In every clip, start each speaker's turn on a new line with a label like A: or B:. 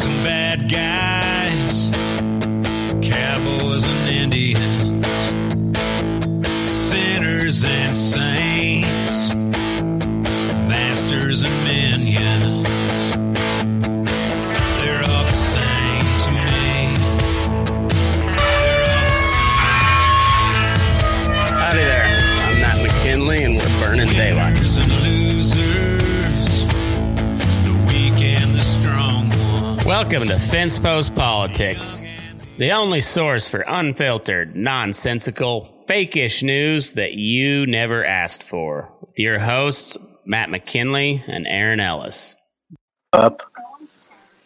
A: bad guys, cowboys and Indians, sinners and saints, masters and minions. They're all the same to me. They're all the
B: Howdy there. I'm Matt McKinley, and we're burning daylight.
A: Winners and losers, the weak and the strong one.
C: Welcome to Fence Post Politics, the only source for unfiltered, nonsensical, fakeish news that you never asked for. With your hosts, Matt McKinley and Aaron Ellis.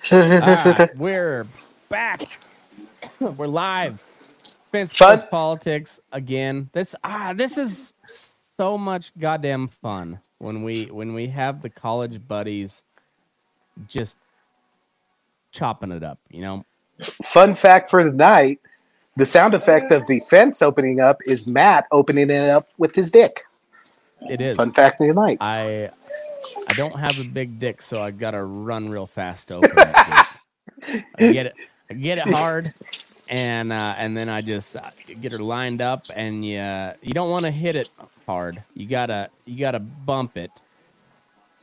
D: Ah, we're back. We're live. Fence
E: Fun.
D: Post politics again. This ah, this is so much goddamn fun when we when we have the college buddies just chopping it up. You know,
E: Fun fact for the night the sound effect of the fence opening up is Matt opening it up with his dick.
D: it is.
E: Fun fact of the night.
D: I I don't have a big dick, so I've got to run real fast to open that gate. I get it, I get it hard, and uh, and then I just uh, get her lined up, and you uh, you don't want to hit it hard. You gotta you gotta bump it,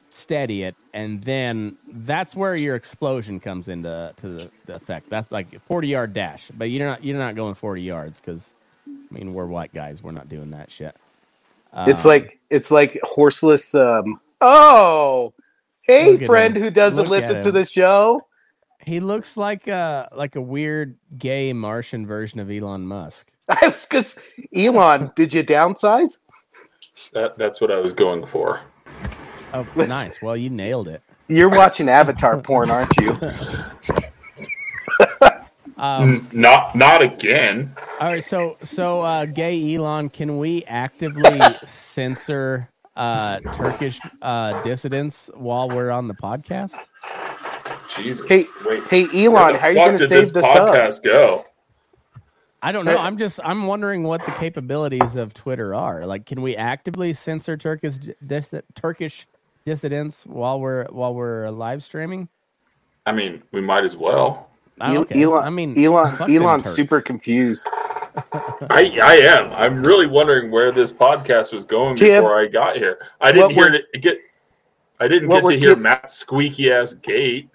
D: steady it, and then that's where your explosion comes into to the, the effect. That's like a forty yard dash, but you're not you're not going forty yards because I mean we're white guys, we're not doing that shit.
E: it's
D: Um,
E: like it's like horseless. Um, oh, hey,
D: Look at
E: friend
D: him.
E: who doesn't
D: Look
E: listen
D: at
E: to
D: him.
E: the show.
D: He looks like a like a weird gay Martian version of Elon Musk.
E: I was because Elon, did you downsize?
F: That, that's what I was going for.
D: Oh, nice. Well, you nailed it.
E: You're watching Avatar porn, aren't you?
D: Um,
F: Not not again.
D: all right. So so uh, gay Elon, can we actively censor uh, Turkish uh, dissidents while we're on the podcast?
F: Jesus.
E: Hey,
F: Wait.
E: Hey,
F: where
E: Elon,
F: the
E: how are you
F: fuck
E: going to
F: did
E: save
F: this
E: this up?
F: podcast go?
D: I don't know. I'm just I'm wondering what the capabilities of Twitter are. Like, can we actively censor Turkish dis- Turkish dissidents while we're while we're live streaming?
F: I mean, we might as well.
D: I don't
E: El-
D: care.
E: E, Elon,
D: I mean,
E: Elon,
D: Hmm, fuck them
E: Elon's
D: Turks.
E: super confused.
F: I I am. I'm really wondering where this podcast was going
E: Tim,
F: before I got here. I didn't
E: what we're-
F: hear it get. I didn't
E: what
F: get to
E: we're
F: hear
E: get-
F: Matt's squeaky ass gate.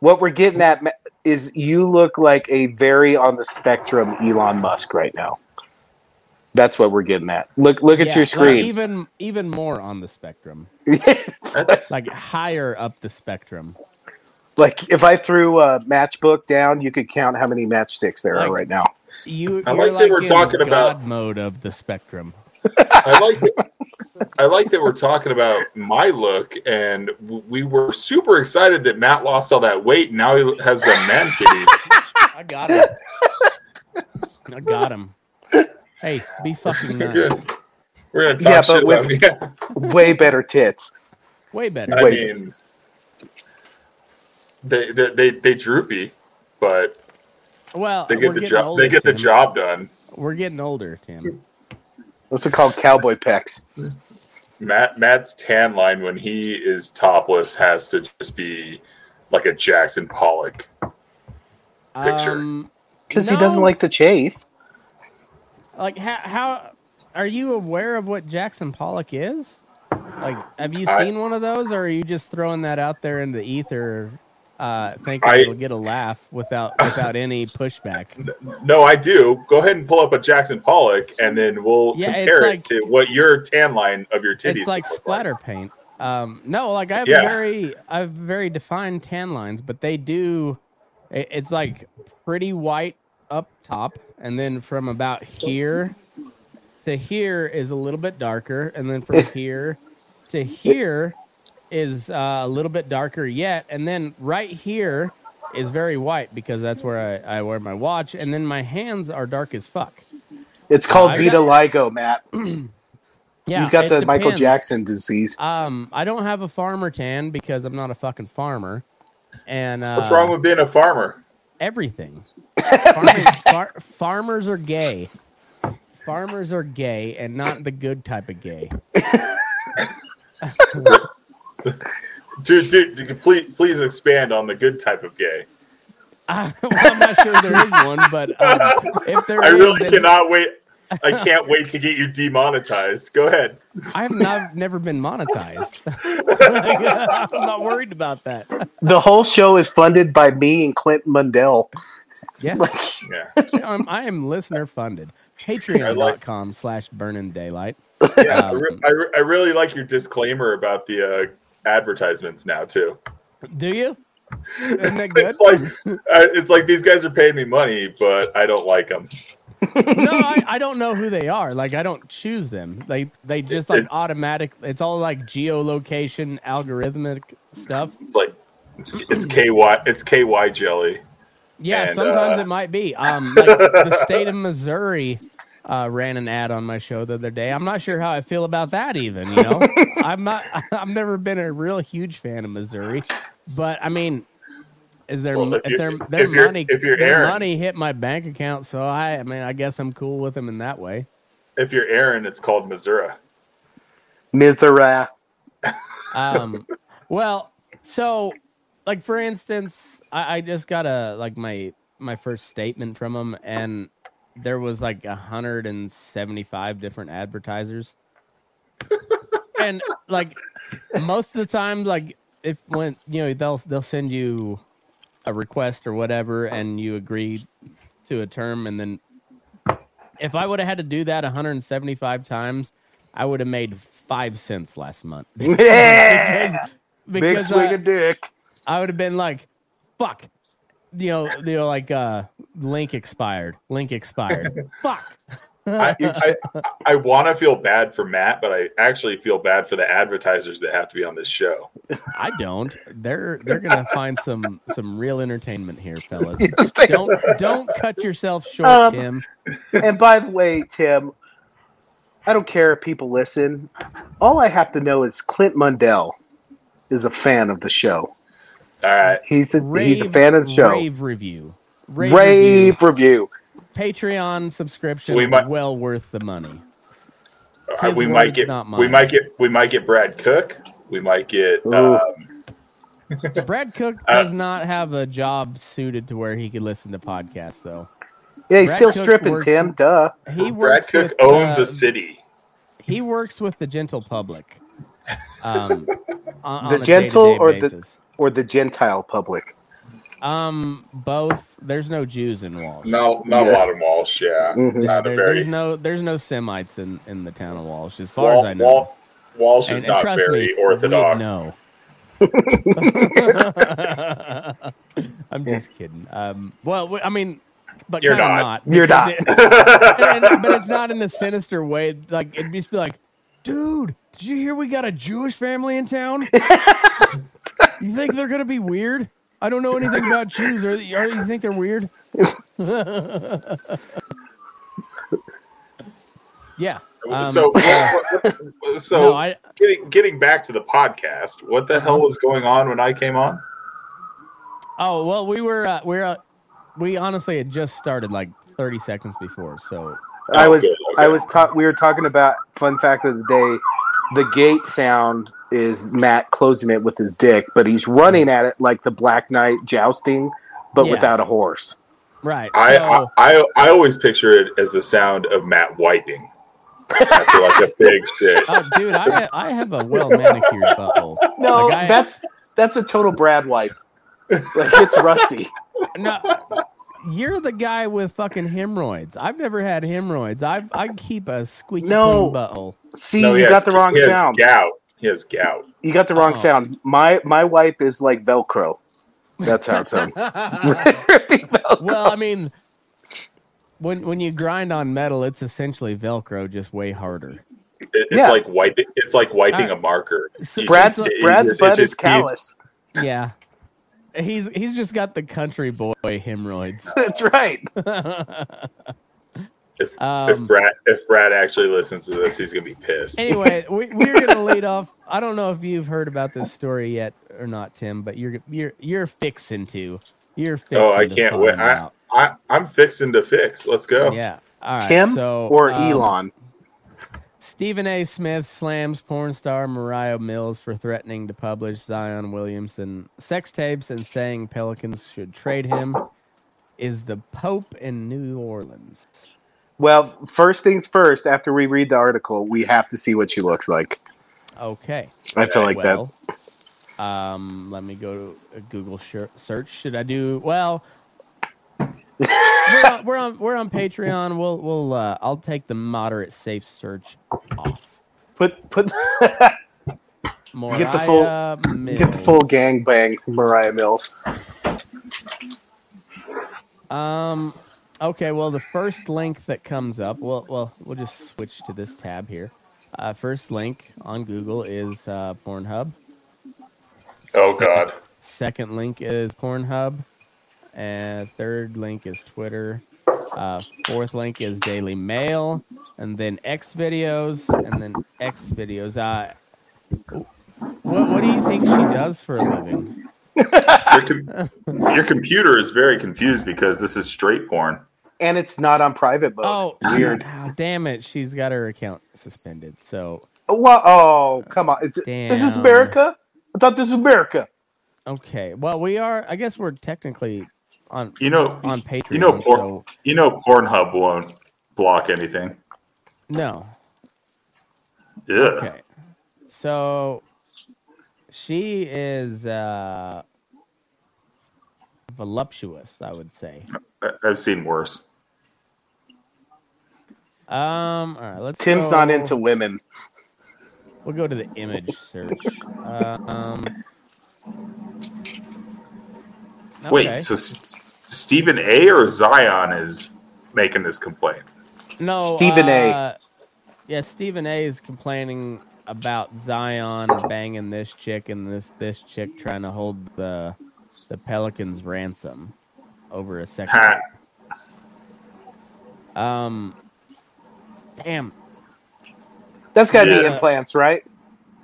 E: What we're getting at Ma- is you look like a very on the spectrum Elon Musk right now. That's what we're getting at. Look, look at
D: Yeah,
E: your
D: like
E: screen.
D: even even more on the spectrum,
F: That's
D: like higher up the spectrum.
E: like if I threw a matchbook down, you could count how many matchsticks there are
D: Like-
E: right now.
D: You,
F: I
D: you're
F: like that we're
D: in
F: talking
D: God
F: about-
D: mode of the spectrum.
F: I like that, I like that we're talking about my look, and w- we were super excited that Matt lost all that weight. And now he has the man titties.
D: I got him. I got him. Hey, be fucking uh, nice.
F: Good. We're gonna
E: Yeah,
F: talk
E: but
F: shit
E: with-
F: about me.
E: Way better tits.
D: Way better.
F: I
E: Wait.
F: mean, they they they, they droopy, but
D: Well,
F: they
D: we're
F: get the
D: getting
F: job.
D: older,
F: they get the
D: Tim.
F: job done.
D: We're getting older, Tim.
E: What's it called? Cowboy pecs.
F: Matt Matt's tan line when he is topless has to just be like a Jackson Pollock. Picture.
D: Um,
E: Because
D: No.
E: he doesn't like to chafe.
D: like how, how are you aware of what Jackson Pollock is? Like, have you
F: I-
D: seen one of those, or are you just throwing that out there in the ether, uh, thinking
F: I-
D: you'll get a laugh without without any pushback?
F: No, I do. Go ahead and pull up a Jackson Pollock, and then we'll
D: Yeah, it's
F: compare
D: like-
F: it to what your tan line of your titties.
D: It's like
F: look
D: splatter paint. Um, no, like I have
F: Yeah.
D: very, I have very defined tan lines, but they do. i- It's like pretty white up top, and then from about here to here is a little bit darker, and then from here to here is uh, a little bit darker yet, and then right here is very white because that's where I, I wear my watch, and then my hands are dark as fuck.
E: It's called
D: I got-
E: vitiligo, Matt.
D: Yeah,
E: You've got
D: it
E: the Michael
D: depends.
E: Jackson disease.
D: Um, I don't have a farmer tan because I'm not a fucking farmer. And uh,
F: What's wrong with being a farmer?
D: everything? Farming, far, farmers are gay. Farmers are gay, and not the good type of gay.
F: Dude, dude, dude, please, please expand on the good type of gay.
D: I, well, I'm not sure there is one, but um, if there
F: I
D: is,
F: really
D: then
F: cannot wait. I can't wait to get you demonetized. Go ahead.
D: I've not, never been monetized. Like, I'm not worried about that.
E: The whole show is funded by me and Clinton Mundell.
D: Yeah,
E: Like,
F: Yeah.
D: I'm, I am listener funded.
F: like-
D: Patreon.com slash burning daylight.
F: Yeah, I,
D: Um,
F: re- I, re- I really like your disclaimer about the uh, advertisements now too.
D: Do you? Isn't that good?
F: It's like uh, it's like these guys are paying me money, but I don't like them.
D: no, I, I don't know who they are. Like I don't choose them. They they just like
F: It's-
D: automatic. It's all like geolocation algorithmic stuff.
F: It's like it's, it's KY it's KY jelly.
D: Yeah,
F: And,
D: sometimes
F: uh,
D: it might be. Um, like the state of Missouri uh, ran an ad on my show the other day. I'm not sure how I feel about that. Even you know, I'm not. I've never been a real huge fan of Missouri, but I mean, is there
F: Well, if
D: if,
F: you-
D: their their
F: if you're-
D: money
F: if you're
D: their
F: Aaron-
D: money hit my bank account? So I, I mean, I guess I'm cool with them in that way.
F: If you're Aaron, it's called Missouri.
E: Mizera.
D: um well so like for instance I, I just got a like my my first statement from them and there was like 175 different advertisers and like most of the time like if when you know they'll they'll send you a request or whatever and you agree to a term and then if i would have had to do that 175 times i would have made five cents last month
E: Yeah! Big
D: because
E: swing
D: I,
E: of dick.
D: I would have been like fuck you know you know like uh link expired link expired fuck
F: I, I, I want to feel bad for Matt, but I actually feel bad for the advertisers that have to be on this show.
D: I don't. They're they're gonna find some some real entertainment here, fellas.
E: Yes, they
D: Don't don't cut yourself short,
E: Um,
D: Tim.
E: and by the way, Tim, I don't care if people listen. All I have to know is Clint Mundell is a fan of the show.
F: All right,
E: He's a he's a fan of the show. Rave,
D: Rave review.
E: review.
D: Patreon subscription.
F: We might-
D: well worth the money.
F: Uh,
D: His
F: we might
D: words,
F: get
D: not
F: we
D: mine.
F: might get we might get Brad Cook. We might get
E: Ooh.
F: um,
D: Brad Cook
F: Uh,
D: does not have a job suited to where he could listen to podcasts, though.
E: Yeah, he's
D: Brad
E: still
D: Cook
E: stripping,
D: works-
E: Tim. Duh.
D: He
F: Brad
D: works
F: Cook
D: with,
F: owns
D: uh,
F: a city.
D: He works with the gentle public. Um, on,
E: The
D: on a
E: gentle
D: day-to-day
E: or the-
D: basis.
E: Or the Gentile public.
D: Um, both. There's no Jews in Walsh.
F: Not not a lot of Walsh. Yeah,
E: Mhm.
F: not a
D: There-
F: very
D: there's no there's no Semites in, in the town of Walsh, as far
F: Wal-
D: as I know.
F: Wal- Walsh
D: And-
F: is
D: and
F: not
D: trust
F: very
D: me,
F: orthodox.
D: No. I'm just kidding. Um, well, w- I mean, but
F: You're
D: kinda
F: not.
E: You're
D: because
E: not.
D: it- and- and- but it's not in a sinister way. Like it'd just be like, dude, did you hear we got a Jewish family in town? you think they're gonna be weird? I don't know anything about Jews. Are, they- are you think they're weird? yeah. Um,
F: so, so
D: no, I Uh-huh.
F: getting getting back to the podcast, what the hell was going on when I came on?
D: oh well, we were uh, we were uh, we honestly had just started like thirty seconds before, so
E: I was
F: Okay, okay.
E: I was ta- we were talking about fun fact of the day. The gate sound is Matt closing it with his dick, but he's running at it like the Black Knight jousting, but
D: Yeah.
E: without a horse.
D: right.
F: I, I,
D: so-
F: I I always picture it as the sound of Matt wiping after like a big shit.
D: Oh, dude, I I have a well manicured butthole.
E: No,
D: Like, I-
E: that's that's a total Brad wipe. Like it's rusty.
D: No, you're the guy with fucking hemorrhoids. I've never had hemorrhoids. I I keep a squeaky
E: No.
D: clean butthole.
E: See,
F: No, he
E: you
F: has-
E: got the wrong
F: he has
E: sound.
F: Gout. He has gout.
E: You got the wrong
D: Oh.
E: sound. My my wipe is like Velcro. That's how it sounds.
D: well, I mean, when when you grind on metal, it's essentially Velcro, just way harder.
F: It- it's
E: Yeah.
F: like wiping. It's like wiping a marker.
D: So-
F: You
E: Brad's
F: just- it
E: Brad's
F: just- it
E: butt
F: just
E: is
F: keeps-
E: callous.
D: Yeah, he's he's just got the country boy hemorrhoids.
E: That's right.
F: If
D: Um,
F: Brad if Brad actually listens to this, he's gonna be pissed.
D: anyway, we, we're gonna lead off. I don't know if you've heard about this story yet or not, Tim, but you're you're you're fixing to. You're fixing
F: oh, I
D: to
F: can't
D: find
F: wait. I,
D: out.
F: I I'm fixing to fix. Let's go.
D: Yeah. All right.
E: Tim
D: so,
E: or
D: um,
E: Elon.
D: Stephen A. Smith slams porn star Mariah Mills for threatening to publish Zion Williamson sex tapes and saying Pelicans should trade him. is the Pope in New Orleans?
E: Well, first things first. After we read the article, we have to see what she looks like.
D: Okay.
E: I feel like
D: Eh, well, um, let me go to a Google shir- search. Should I do well? we're, on, we're on we're on Patreon. We'll we'll uh, I'll take the moderate safe search off.
E: that. Put put
D: Mariah
E: Get the full- get the
D: Mills.
E: full gang bang, from Mariah Mills.
D: Um. Okay. Well, the first link that comes up. Well, well, we'll just switch to this tab here. Uh, first link on Google is uh, Pornhub.
F: Oh God.
D: Second link is Pornhub, and third link is Twitter. Uh, fourth link is Daily Mail, and then X videos, and then X videos. Uh, what, what do you think she does for a living?
F: Your, com- your computer is very confused because this is straight porn.
E: And it's not on private mode.
D: Oh,
E: Weird.
D: ah, damn it! She's got her account suspended. So
E: Well, oh, come on. Is it, this is
D: Damn.
E: America? I thought this was America.
D: okay. Well, we are. I guess we're technically on
F: You know,
D: on Patreon.
F: you know, por-
D: so
F: you know, Pornhub won't block anything.
D: no.
F: Yeah.
D: Okay. So she is uh voluptuous, I would say.
F: I- I've seen worse.
D: Um all right, let's
E: Tim's
D: go-
E: not into women.
D: We'll go to the image search. um okay.
F: Wait, so S- Stephen A. or Zion is making this complaint?
D: no
E: Stephen A.
D: uh, Yeah, Stephen A is complaining about Zion banging this chick and this this chick trying to hold the the Pelicans ransom over a second.
F: Ha.
D: Um, damn.
E: That's got to be
F: Yeah.
E: implants, right?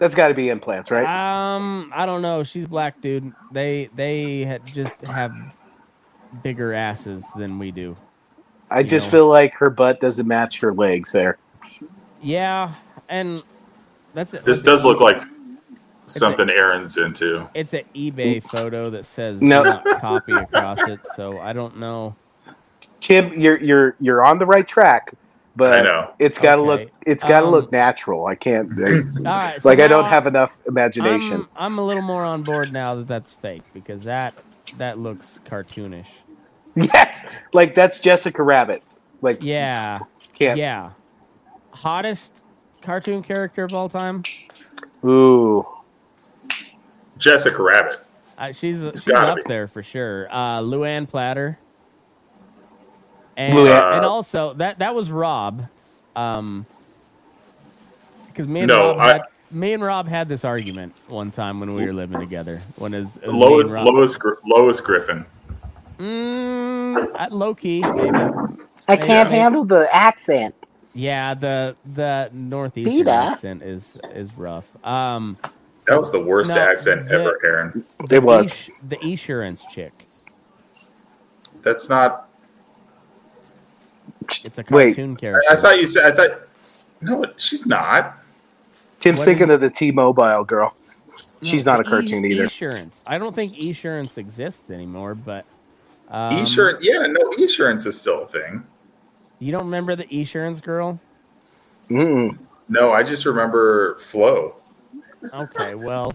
E: That's got to be implants, right?
D: Um, I don't know. She's black, dude. They they had just have bigger asses than we do.
E: I just
D: know.
E: feel like her butt doesn't match her legs there.
D: Yeah, and that's it.
F: This does look like something Aaron's into.
D: It's an eBay photo that says
E: No.
D: no copy across it, so I don't know.
E: Tim, you're you're you're on the right track,
F: I
E: but
F: know.
E: it's got to
D: Okay.
E: look it's got to
D: Um, Ah,
E: look natural. I can't
D: All right, so
E: like I don't
D: now
E: have enough
D: I'm-
E: imagination.
D: I'm, a little more on board now that that's fake because that that looks cartoonish.
E: yes, like that's Jessica Rabbit. Like
D: Yeah,
E: can't.
D: yeah. Hottest cartoon character of all time.
E: Ooh,
F: Jessica Rabbit.
D: Uh, she's she's
F: gotta
D: up
F: be.
D: there for sure. Uh, Luann Platter. And, uh,
E: Luann- uh,
D: and also that that was Rob, um, because me and
F: No,
D: Rob
F: I-
D: had, me and Rob had this argument one time when we were living together. When is
F: Lois, Lois, Gr- Lois Griffin.
D: mm, at Loki? Maybe.
G: I
D: Hey,
G: can't
D: hey.
G: handle the accent.
D: Yeah, the the northeastern
G: Peter.
D: accent is is rough. Um,
F: That was the worst
D: No,
F: accent
D: the-
F: ever, Aaron.
E: it was.
D: Ish- the insurance chick.
F: That's not.
D: It's a
E: Wait,
D: cartoon
F: I,
D: character.
F: I thought you said. I thought. No, she's not.
E: Tim's
D: What
E: thinking
D: is-
E: of the T-Mobile girl. She's not a cartoon either.
D: Insurance. I don't think insurance exists anymore, but um,
F: Insurance. Yeah, no, insurance is still a thing.
D: You don't remember the insurance girl?
E: Mm-mm.
F: No, I just remember Flo.
D: Okay, well,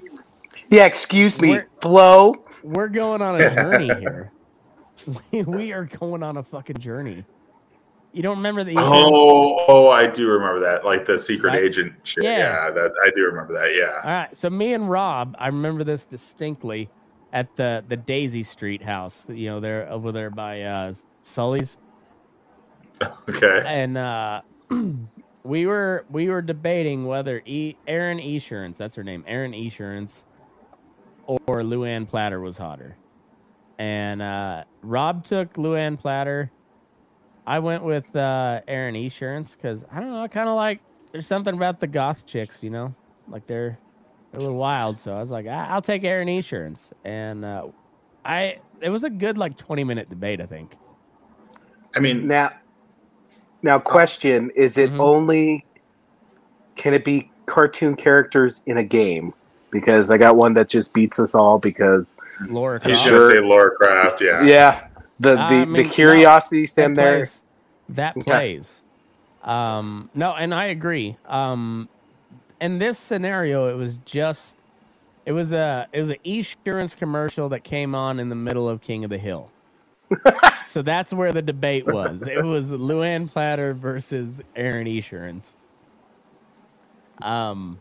E: Yeah, excuse me,
D: Where-
E: Flo.
D: we're going on a journey here. We, we are going on a fucking journey. You don't remember the All
F: Oh, oh, I do remember that. Like the secret
D: Right?
F: agent shit.
D: Yeah.
F: Yeah, that I do remember that. Yeah.
D: right, so me and Rob, I remember this distinctly at the the Daisy Street house. You know, they're over there by uh, Sully's.
F: Okay.
D: and uh, we were we were debating whether e- Aaron Esurance, that's her name, Aaron Esurance, or Luann Platter was hotter. And uh, Rob took Luann Platter. I went with uh, Aaron Esurance because I don't know, I kind of like there's something about the goth chicks, you know, like they're they're a little wild. So I was like, I- I'll take Aaron Esurance, and uh, I it was a good like 20 minute debate, I think.
F: I mean,
E: Now, now, question: Is it
D: Mhm.
E: only? Can it be cartoon characters in a game? Because I got one that just beats us all. Because
D: Laura,
F: he's
D: Croft.
E: sure.
F: gonna say Laura Craft. Yeah.
E: yeah, The the,
D: I mean,
E: the
D: no,
E: curiosity stem
D: that
E: there.
D: plays. That
E: Yeah.
D: plays. Um, no, and I agree. Um, in this scenario, it was just it was a it was an insurance commercial that came on in the middle of King of the Hill. so that's where the debate was. It was Luann Platter versus Aaron Esurance. Um,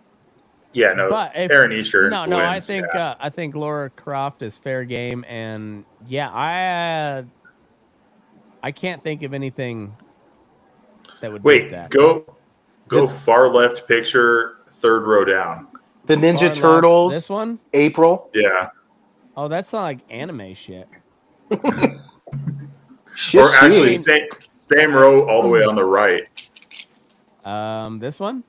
F: Yeah, no.
D: but if,
F: Aaron Esher.
D: No, no,
F: wins,
D: I think
F: yeah.
D: uh, I think Laura Croft is fair game, and yeah, I uh, I can't think of anything that would beat
F: Wait,
D: that.
F: go go far left picture, third row down.
E: The
D: Far
E: Ninja
D: left-
E: Turtles,
D: This one?
E: April.
F: Yeah.
D: Oh, that's not like anime shit.
E: Shit,
F: or actually,
E: shit.
F: same, same row all the way
D: Hmm.
F: on the right.
D: Um, this one?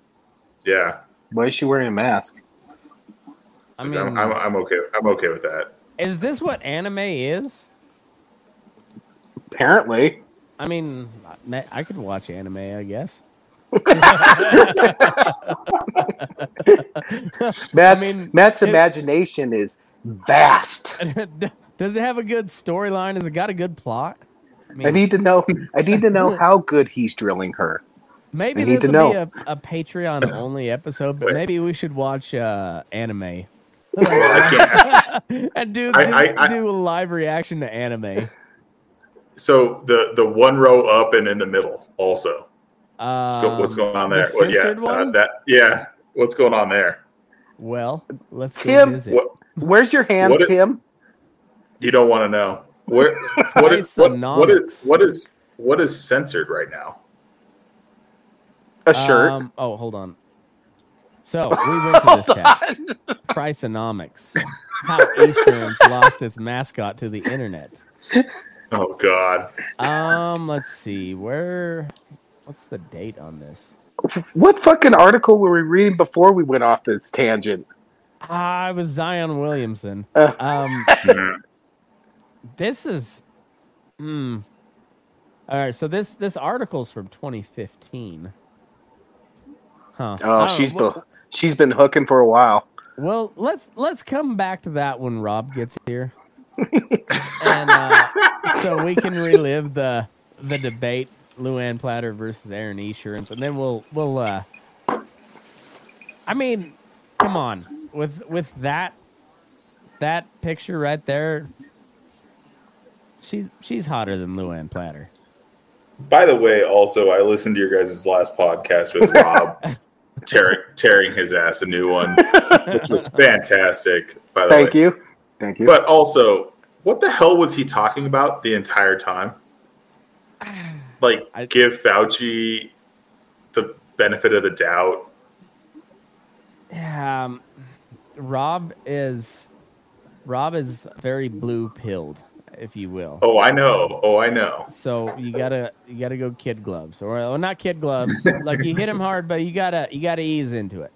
F: Yeah,
E: why is she wearing a mask?
D: I
F: I
D: mean,
F: am I'm, I'm okay. I'm okay with that.
D: is this what anime is?
E: Apparently,
D: I mean, I- I could watch anime, I guess.
E: Matt's
D: mean,
E: Matt's
D: it-
E: imagination is vast.
D: Does it have a good storyline? Has it got a good plot? I mean,
E: I need to know. I need to know how good he's drilling her.
D: Maybe
E: I need
D: this
E: to
D: will be
E: know.
D: a, a Patreon only episode, but
F: Wait.
D: maybe we should watch uh, anime
F: Well, I can't.
D: and do do,
F: I- I- I-
D: do a live reaction to anime.
F: So the the one row up and in the middle also.
D: Uh,
F: What's, go, what's going on there?
D: the
F: Well, yeah,
D: censored
F: uh,
D: one?
F: that yeah. What's going on there?
D: Well, let's
E: Tim,
D: revisit.
F: What
E: Where's your hands,
F: What if-
E: Tim?
F: you don't want to know? Where what is what, what is
D: Isonomics.
F: what is what is censored right now?
E: A shirt.
D: Um, oh, hold on. So we went to this chat. Priceonomics. How insurance lost its mascot to the internet.
F: Oh God!
D: Um, let's see. Where? What's the date on this?
E: what fucking article were we reading before we went off this tangent?
D: Ah, it was Zion Williamson.
E: Uh.
D: Um.
F: Mm.
D: this is hmm all right so this this article's from 2015 huh
E: Oh,
D: I don't
E: she's
D: know.
E: been she's been hooking for a while.
D: well let's let's come back to that when rob gets here and uh, so we can relive the the debate luann platter versus aaron Esurance, and then we'll we'll uh i mean come on with with that that picture right there she's she's hotter than luann platter
F: By the way, also I listened to your guys' last podcast with Rob tearing tearing his ass a new one, which was fantastic. By the way,
E: Thank you. Thank you.
F: But also, what the hell was he talking about the entire time? Like,
D: I-
F: give Fauci the benefit of the doubt.
D: Um, Rob is Rob is very blue pilled, if you will.
F: Oh, I know. Oh, I know.
D: So you gotta you gotta go kid gloves or well, not kid gloves. like you hit him hard, but you gotta you gotta ease into it.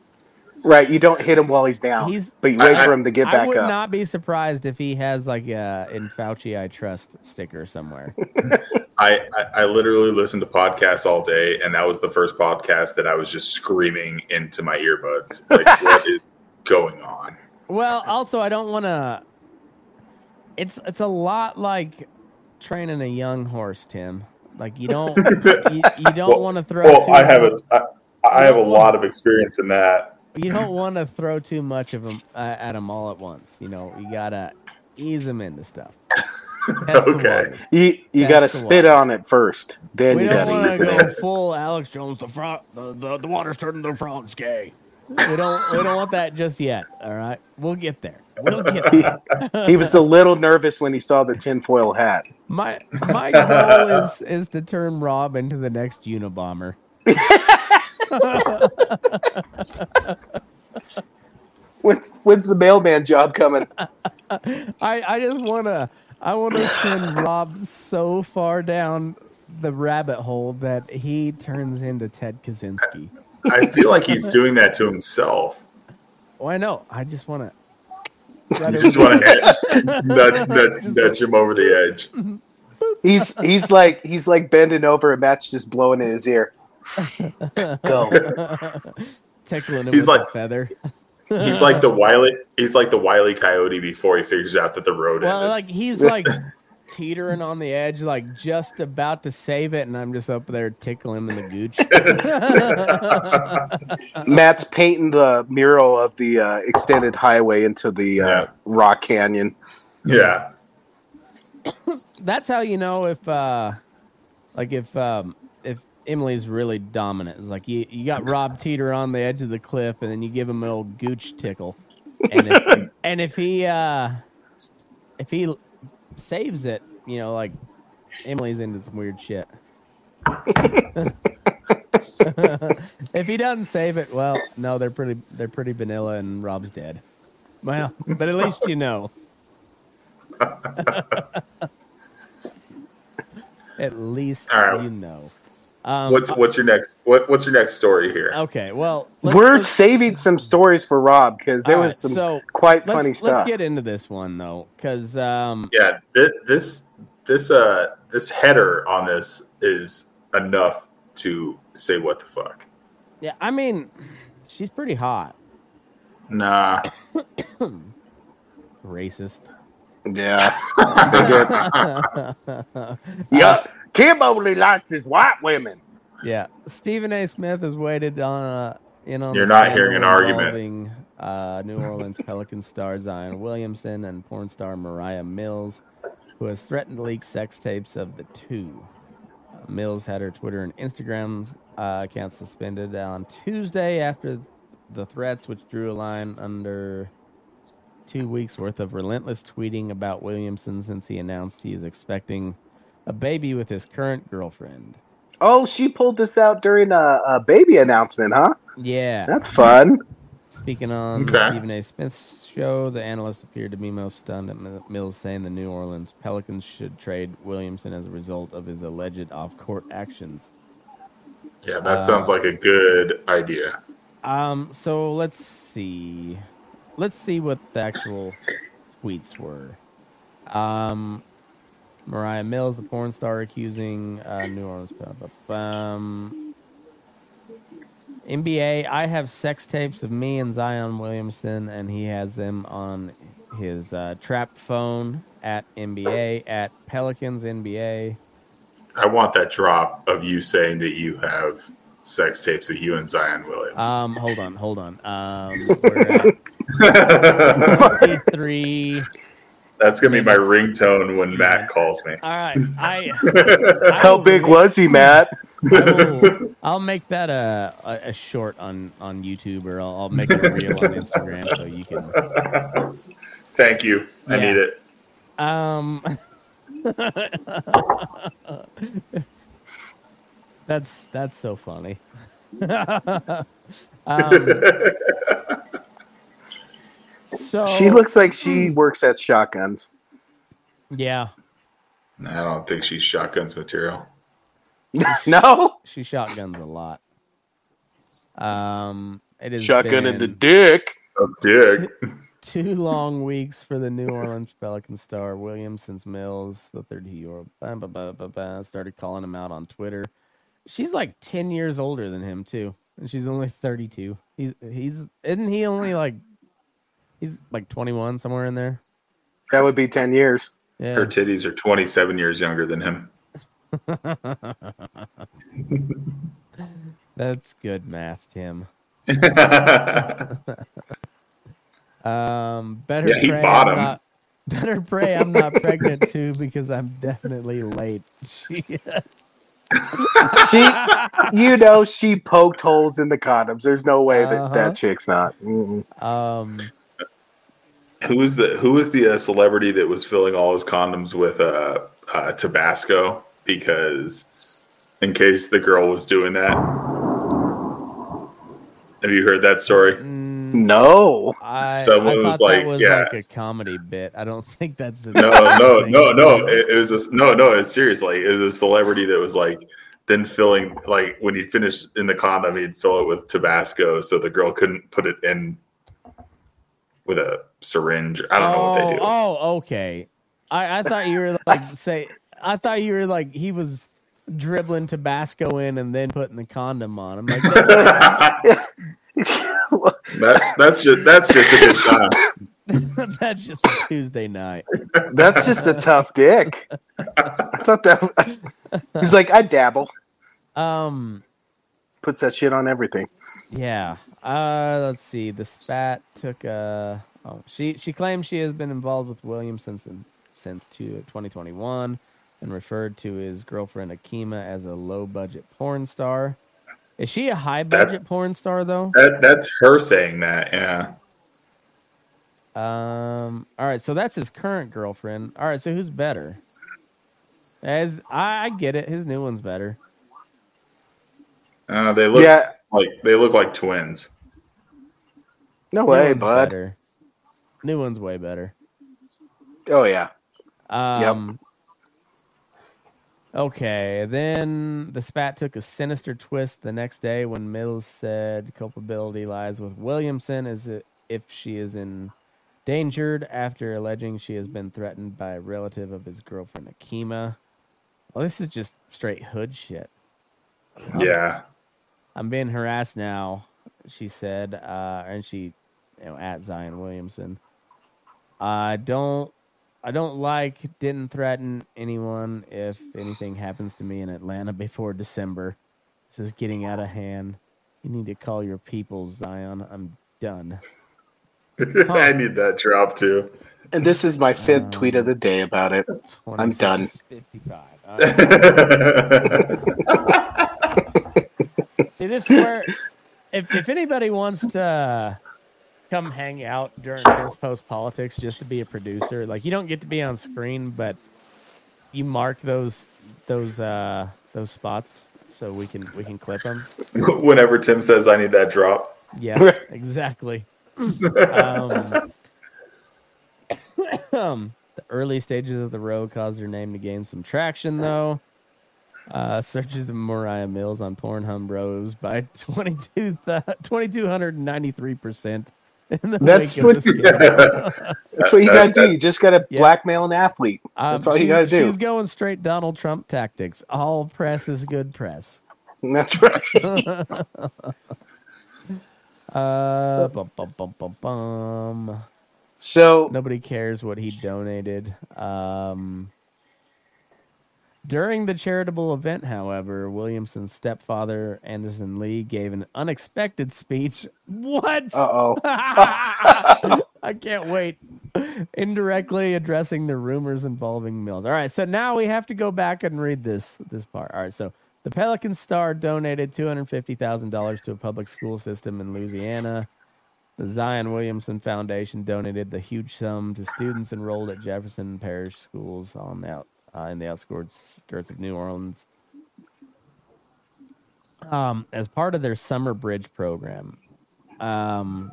E: right, you don't hit him while he's down,
D: He's-
E: but you wait
F: I-
E: for him to get
D: I
E: back
D: would
E: up.
D: not be surprised if he has like a in Fauci I trust sticker somewhere.
F: I, I I literally listened to podcasts all day, and that was the first podcast that I was just screaming into my earbuds. Like, what is going on?
D: well, also I don't want to. It's it's a lot like training a young horse, Tim. Like you don't you, you don't
F: Well-
D: want to throw.
F: Well,
D: too
F: I have
D: much-
F: a I, I have a lot of experience in that.
D: you don't want to throw too much of them uh, at them all at once. You know, you gotta ease them into stuff. Test the
F: Okay.
D: waters.
E: You you
D: That's
E: got to
D: the
E: spit
D: one.
E: on it first, then
D: We
E: you
D: don't
E: got to
D: want
E: ease
D: to
E: it
D: go
E: in.
D: full Alex Jones. The frog, the, the, the water's turning the frogs gay. We don't we don't want that just yet. All right, we'll get there. We'll get there.
E: He was a little nervous when he saw the tinfoil hat.
D: My my goal is is to turn Rob into the next Unabomber.
E: When's, when's the mailman job coming?
D: I I just wanna I wanna send Rob so far down the rabbit hole that he turns into Ted Kaczynski.
F: I feel like he's doing that to himself.
D: Oh, I know. I just wanna.
F: You just want to nudge, nudge, nudge him over the edge.
E: He's he's like he's like bending over, and Matt's just blowing in his ear. Go.
D: Tickling him with a
F: He's like-
D: feather.
F: He's like the wily. He's like the wily coyote before he figures out that the road
D: Well,
F: ended.
D: like he's like teetering on the edge, like just about to save it, and I'm just up there tickling him in the gooch.
E: Matt's painting the mural of the uh, extended highway into the uh,
F: Yeah.
E: Rock Canyon.
F: Yeah.
D: That's how you know if, uh, like, if um, if Emily's really dominant. It's like you, you got Rob Teeter on the edge of the cliff, and then you give him an old gooch tickle, and if, and if he uh, if he saves it, you know, like Emily's into some weird shit. if he doesn't save it, well, no, they're pretty they're pretty vanilla, and Rob's dead. Well, but at least you know. at least
F: All right.
D: you know. Um,
F: What's what's your next what what's your next story here?
D: okay? Well,
E: We're saving some stories for Rob because there
D: all
E: was
D: right,
E: some
D: so
E: quite
D: let's,
E: funny
D: let's
E: stuff.
D: get into this one though, because um,
F: Yeah, this this this uh this header on this is enough to say what the fuck.
D: yeah, I mean, she's pretty hot.
F: Nah.
D: Racist.
E: Yeah. yeah. Kim only likes his white women.
D: Yeah, Stephen A. Smith has waited on uh, in on.
F: You're
D: the
F: not hearing an
D: scandal
F: argument.
D: involving, Uh, New Orleans Pelican star Zion Williamson and porn star Mariah Mills, who has threatened to leak sex tapes of the two. Uh, Mills had her Twitter and Instagram uh, account suspended on Tuesday after the threats, which drew a line under two weeks worth of relentless tweeting about Williamson since he announced he is expecting a baby with his current girlfriend.
E: Oh, she pulled this out during a, a baby announcement, huh?
D: Yeah.
E: That's fun.
D: Speaking on
F: Okay.
D: the Stephen A. Smith's show, the analyst appeared to be most stunned at M- Mills saying the New Orleans Pelicans should trade Williamson as a result of his alleged off-court actions.
F: Yeah,
D: Uh,
F: that sounds like a good idea.
D: Um, so let's see, let's see what the actual tweets were. Um, Mariah Mills, the porn star, accusing uh, New Orleans. blah, blah, blah. Um, NBA, I have sex tapes of me and Zion Williamson, and he has them on his uh, trap phone at NBA, at Pelicans NBA.
F: I want that drop of you saying that you have sex tapes of you and Zion Williams.
D: Um, hold on, hold on. Um, we're at Uh, three.
F: That's gonna be my ringtone when Matt calls me.
D: All right, I. I
E: How
D: will
E: big
D: make-
E: was he, Matt?
D: I will, I'll make that a, a, a short on, on YouTube, or I'll, I'll make it a reel on Instagram, so you can.
F: Thank you. I
D: Yeah.
F: need it.
D: Um, that's that's so funny. um, so
E: She looks like she works at Shotguns.
D: yeah,
F: I don't think she's shotguns material.
E: no?
D: she shotguns a lot. Um, it is
E: dick.
F: Oh, dick.
D: two long weeks for the New Orleans Pelican star Williamson's Mills, the 30 year old, bah, bah, bah, bah, bah, started calling him out on Twitter. She's like 10 years older than him, too. And she's only 32. He's, he's, isn't he only like, he's like 21, somewhere in there?
E: That would be 10 years.
F: Her
D: Yeah.
F: titties are 27 years younger than him.
D: That's good math, Tim.
F: yeah,
D: Um, better
F: Yeah, he
D: pray
F: bought
D: I'm
F: him.
D: not- better pray I'm not pregnant too because I'm definitely late. She-
E: She, you know, she poked holes in the condoms. There's no way that
D: Uh-huh.
E: that chick's not. Mm-mm.
D: um,
F: Who was the Who was the uh, celebrity that was filling all his condoms with uh, uh, Tabasco? Because in case the girl was doing that, have you heard that story?
D: mm,
E: No.
D: I,
F: Someone
D: I
F: was
D: thought
F: like,
D: that was
F: yeah.
D: like a comedy bit. I don't think that's a
F: No, no,
D: thing.
F: no, no. It, it was a, no, no. It's seriously, it was a celebrity that was like then filling like when he finished in the condom, he'd fill it with Tabasco so the girl couldn't put it in with a syringe. I don't know what they do.
D: Oh, oh, okay. I, I thought you were like say. I thought you were like he was dribbling Tabasco in and then putting the condom on. I'm like, no,
F: that, that's just that's just a good time.
D: That's just a Tuesday night.
E: That's just a tough dick. I thought that. He's like, I dabble.
D: Um,
E: Puts that shit on everything.
D: yeah. Uh, let's see. The spat took a. Oh, she she claims she has been involved with Williams since since two, 2021, and referred to his girlfriend Akima as a low budget porn star. Is she a high budget porn star though?
F: That that's her saying that. Yeah.
D: Um. All right. So that's his current girlfriend. All right. So who's better? As I, I get it, his new one's better.
F: Uh, they look
E: yeah.
F: like they look like twins.
E: No
D: New
E: way,
D: one's
E: bud.
D: better. New one's way better.
E: Oh yeah.
D: Um, Okay, then the spat took a sinister twist the next day when Mills said culpability lies with Williamson as i- if she is endangered after alleging she has been threatened by a relative of his girlfriend Akima. Well, this is just straight hood shit.
F: Yeah.
D: I'm being harassed now, she said, uh, and she, you know, at Zion Williamson. I don't, I don't like, didn't threaten anyone. If anything happens to me in Atlanta before December, this is getting out of hand. You need to call your people, Zion. I'm done.
F: I need that drop too.
E: And this is my fifth
D: Uh,
E: tweet of the day about it. I'm done.
D: 26:55. Uh, See, this is where if, if anybody wants to come hang out during this post politics just to be a producer, like you don't get to be on screen, but you mark those those uh those spots so we can we can clip them.
F: Whenever Tim says I need that drop,
D: Yeah, exactly. um, the early stages of the row caused her name to gain some traction, though. Uh, searches of Mariah Mills on Pornhub rose by 22 th- 2,293%. In the
E: That's
D: wake of
E: what-
D: the scandal.
E: That's what you gotta
F: That-
E: do. You just gotta
D: Yeah.
E: blackmail an athlete.
D: Um,
E: That's all you
D: she-
E: gotta do.
D: She's going straight Donald Trump tactics. All press is good press.
E: That's right.
D: Uh, bum, bum, bum, bum, bum.
E: So
D: Nobody cares what he donated. Um, during the charitable event, however, Williamson's stepfather, Anderson Lee, gave an unexpected speech. What?
E: uh
D: Uh-huh.
E: oh.
D: I can't wait. Indirectly addressing the rumors involving Mills. All right, so now we have to go back and read this this part. All right, so the Pelican Star donated two hundred fifty thousand dollars to a public school system in Louisiana. The Zion Williamson Foundation donated the huge sum to students enrolled at Jefferson Parish schools on the out, uh, in the outskirts skirts of New Orleans um, as part of their summer bridge program. Um,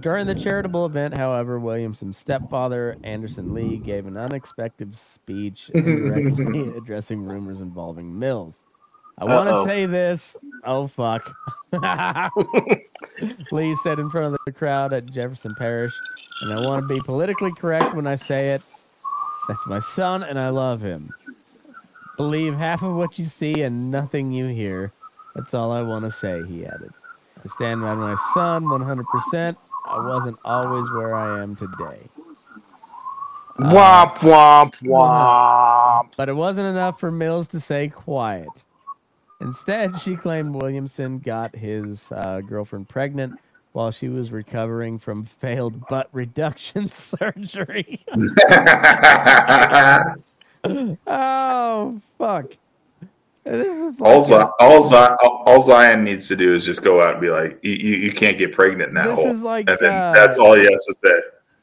D: during the charitable event, however, Williamson's stepfather, Anderson Lee, gave an unexpected speech indirectly addressing rumors involving Mills. I want to
E: Uh-oh.
D: say this. Oh, fuck. Lee said in front of the crowd at Jefferson Parish, and I want to be politically correct when I say it. That's my son, and I love him. Believe half of what you see and nothing you hear. That's all I want to say, he added. I stand by my son 100%. I wasn't always where I am today.
E: Womp womp womp.
D: But it wasn't enough for Mills to say quiet. Instead, she claimed Williamson got his uh, girlfriend pregnant while she was recovering from failed butt reduction surgery. oh, fuck. This is like uh,
F: all, Zi- all, Zi- all Zion needs to do is just go out and be like, you, you, you can't get pregnant in that
D: This
F: hole.
D: is like,
F: and then
D: uh,
F: that's all he has to say.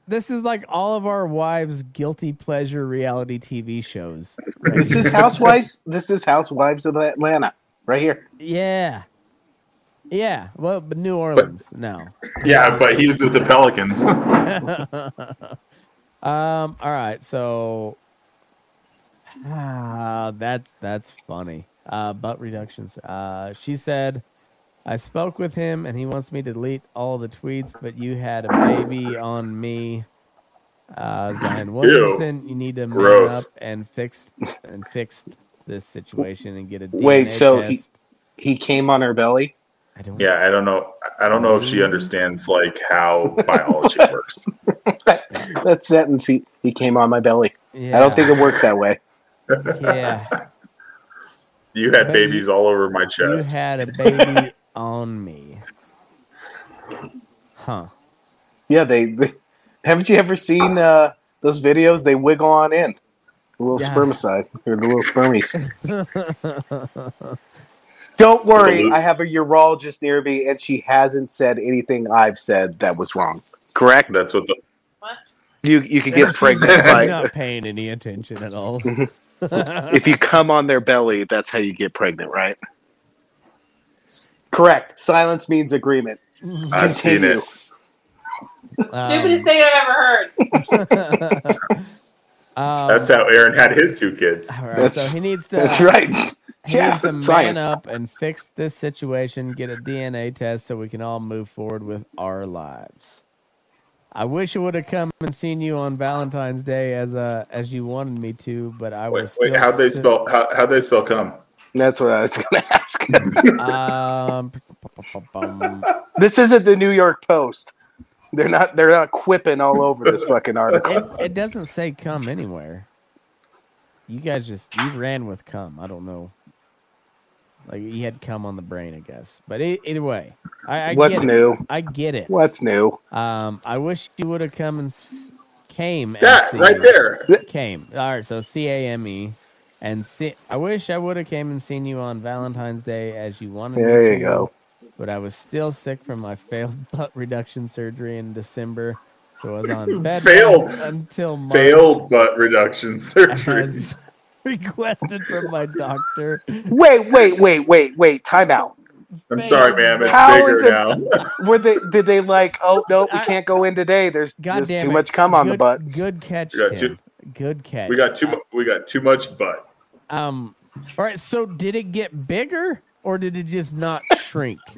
D: This is like all of our wives' guilty pleasure reality TV shows.
E: This is housewives. This is housewives of Atlanta, right here.
D: Yeah. Yeah. Well, but New Orleans now.
F: Yeah, but he's with the Pelicans.
D: Um, all right. So ah, that's that's funny. Uh, butt reductions. Uh, she said, I spoke with him and he wants me to delete all the tweets, but you had a baby on me. Uh, Zion Williamson, you need to man
F: Gross.
D: up and fix and fix this situation and get a DNA
E: Wait, so
D: test.
E: he- He came on her belly.
D: I don't
F: yeah, I don't know. I don't know if she understands like how biology works.
E: that sentence. He, he came on my belly.
D: Yeah.
E: I don't think it works that way.
D: Yeah.
F: You had
D: Baby.
F: babies all over my
D: You
F: chest.
D: had a baby on me. Huh.
E: Yeah, they. they haven't you ever seen uh, those videos? They wiggle on in. The little
D: Yeah.
E: spermicide or the little spermies. Don't worry, I have a urologist near me, and she hasn't said anything I've said that was wrong. Correct?
F: That's what the
E: You you could get pregnant
D: I'm
E: by
D: not paying any attention at all. Um,
E: if you come on their belly. That's how you get pregnant, right? Correct. Silence means agreement.
F: I've seen
E: Continue.
F: it.
G: Stupidest thing I've ever heard.
D: Um,
F: That's how Aaron had his two kids.
D: all right,
E: That's-
D: so he needs to.
E: That's right.
D: He
E: Yeah,
D: needs to man
E: science.
D: up and fix this situation, get a DNA test so we can all move forward with our lives. I wish I would have come and seen you on Valentine's Day as uh, as you wanted me to, but I
F: Wait,
D: was
F: wait,
D: still
F: how'd they
D: sit-
F: spell how how'd they spell come?
E: That's what I was going to ask.
D: Um,
E: this isn't the New York Post. They're not. They're not quipping all over this fucking article.
D: it, it doesn't say come anywhere. You guys just you ran with come. I don't know. Like you had come on the brain, I guess. But e either way, I, I
E: What's
D: get it.
E: new?
D: I get it.
E: What's new?
D: Um, I wish you would have come and s- came. and
F: That
D: seen
F: right
D: you.
F: there.
D: Came. All right. So C A M E, and C. I wish I would have came and seen you on Valentine's Day as you wanted. me
E: There you
D: to,
E: go.
D: But I was still sick from my failed butt reduction surgery in December, so I was on bed
F: Failed.
D: until March
F: Failed butt reduction surgery.
D: as requested from my doctor.
E: Wait, wait, wait, wait, wait. Time out.
F: I'm sorry, ma'am. It's
E: How is
F: bigger
E: it-
F: now.
E: Were they? Did they like? Oh no, we
D: I-
E: can't go in today. There's
D: God
E: just
D: damn
E: too
D: it.
E: much cum on
D: good,
E: the butt.
D: Good catch,
F: We got
D: Tim. Good catch.
F: We got too mu- we got too much butt.
D: Um. All right. So did it get bigger or did it just not shrink?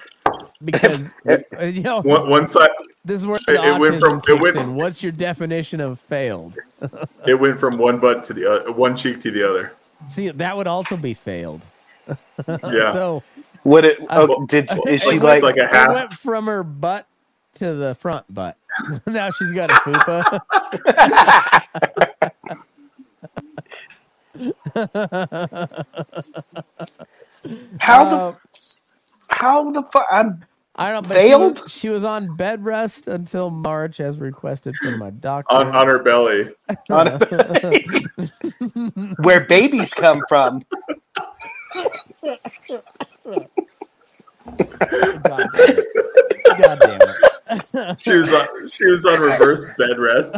D: Because uh, you know,
F: One, one side
D: this is where the
F: it went
D: autism
F: from- it
D: kicks
F: went-
D: in. What's your definition of failed?
F: it went from one butt to the other, one cheek to the other.
D: See, that would also be failed.
F: Yeah.
D: So
E: Would it? Oh,
F: Well,
E: did is she
F: it's
E: like?
F: like a
D: Uh, it
F: half?
D: went from her butt to the front butt. now she's got a fupa.
E: How the?
D: Uh,
E: How the fuck? I'm.
D: I don't. But she was- She
E: Failed?
D: was, on bed rest until March, as requested from my doctor.
F: On, on her belly.
E: On,
D: uh,
E: where babies come from?
D: God damn it. God damn it.
F: She was on she was on reverse bed rest.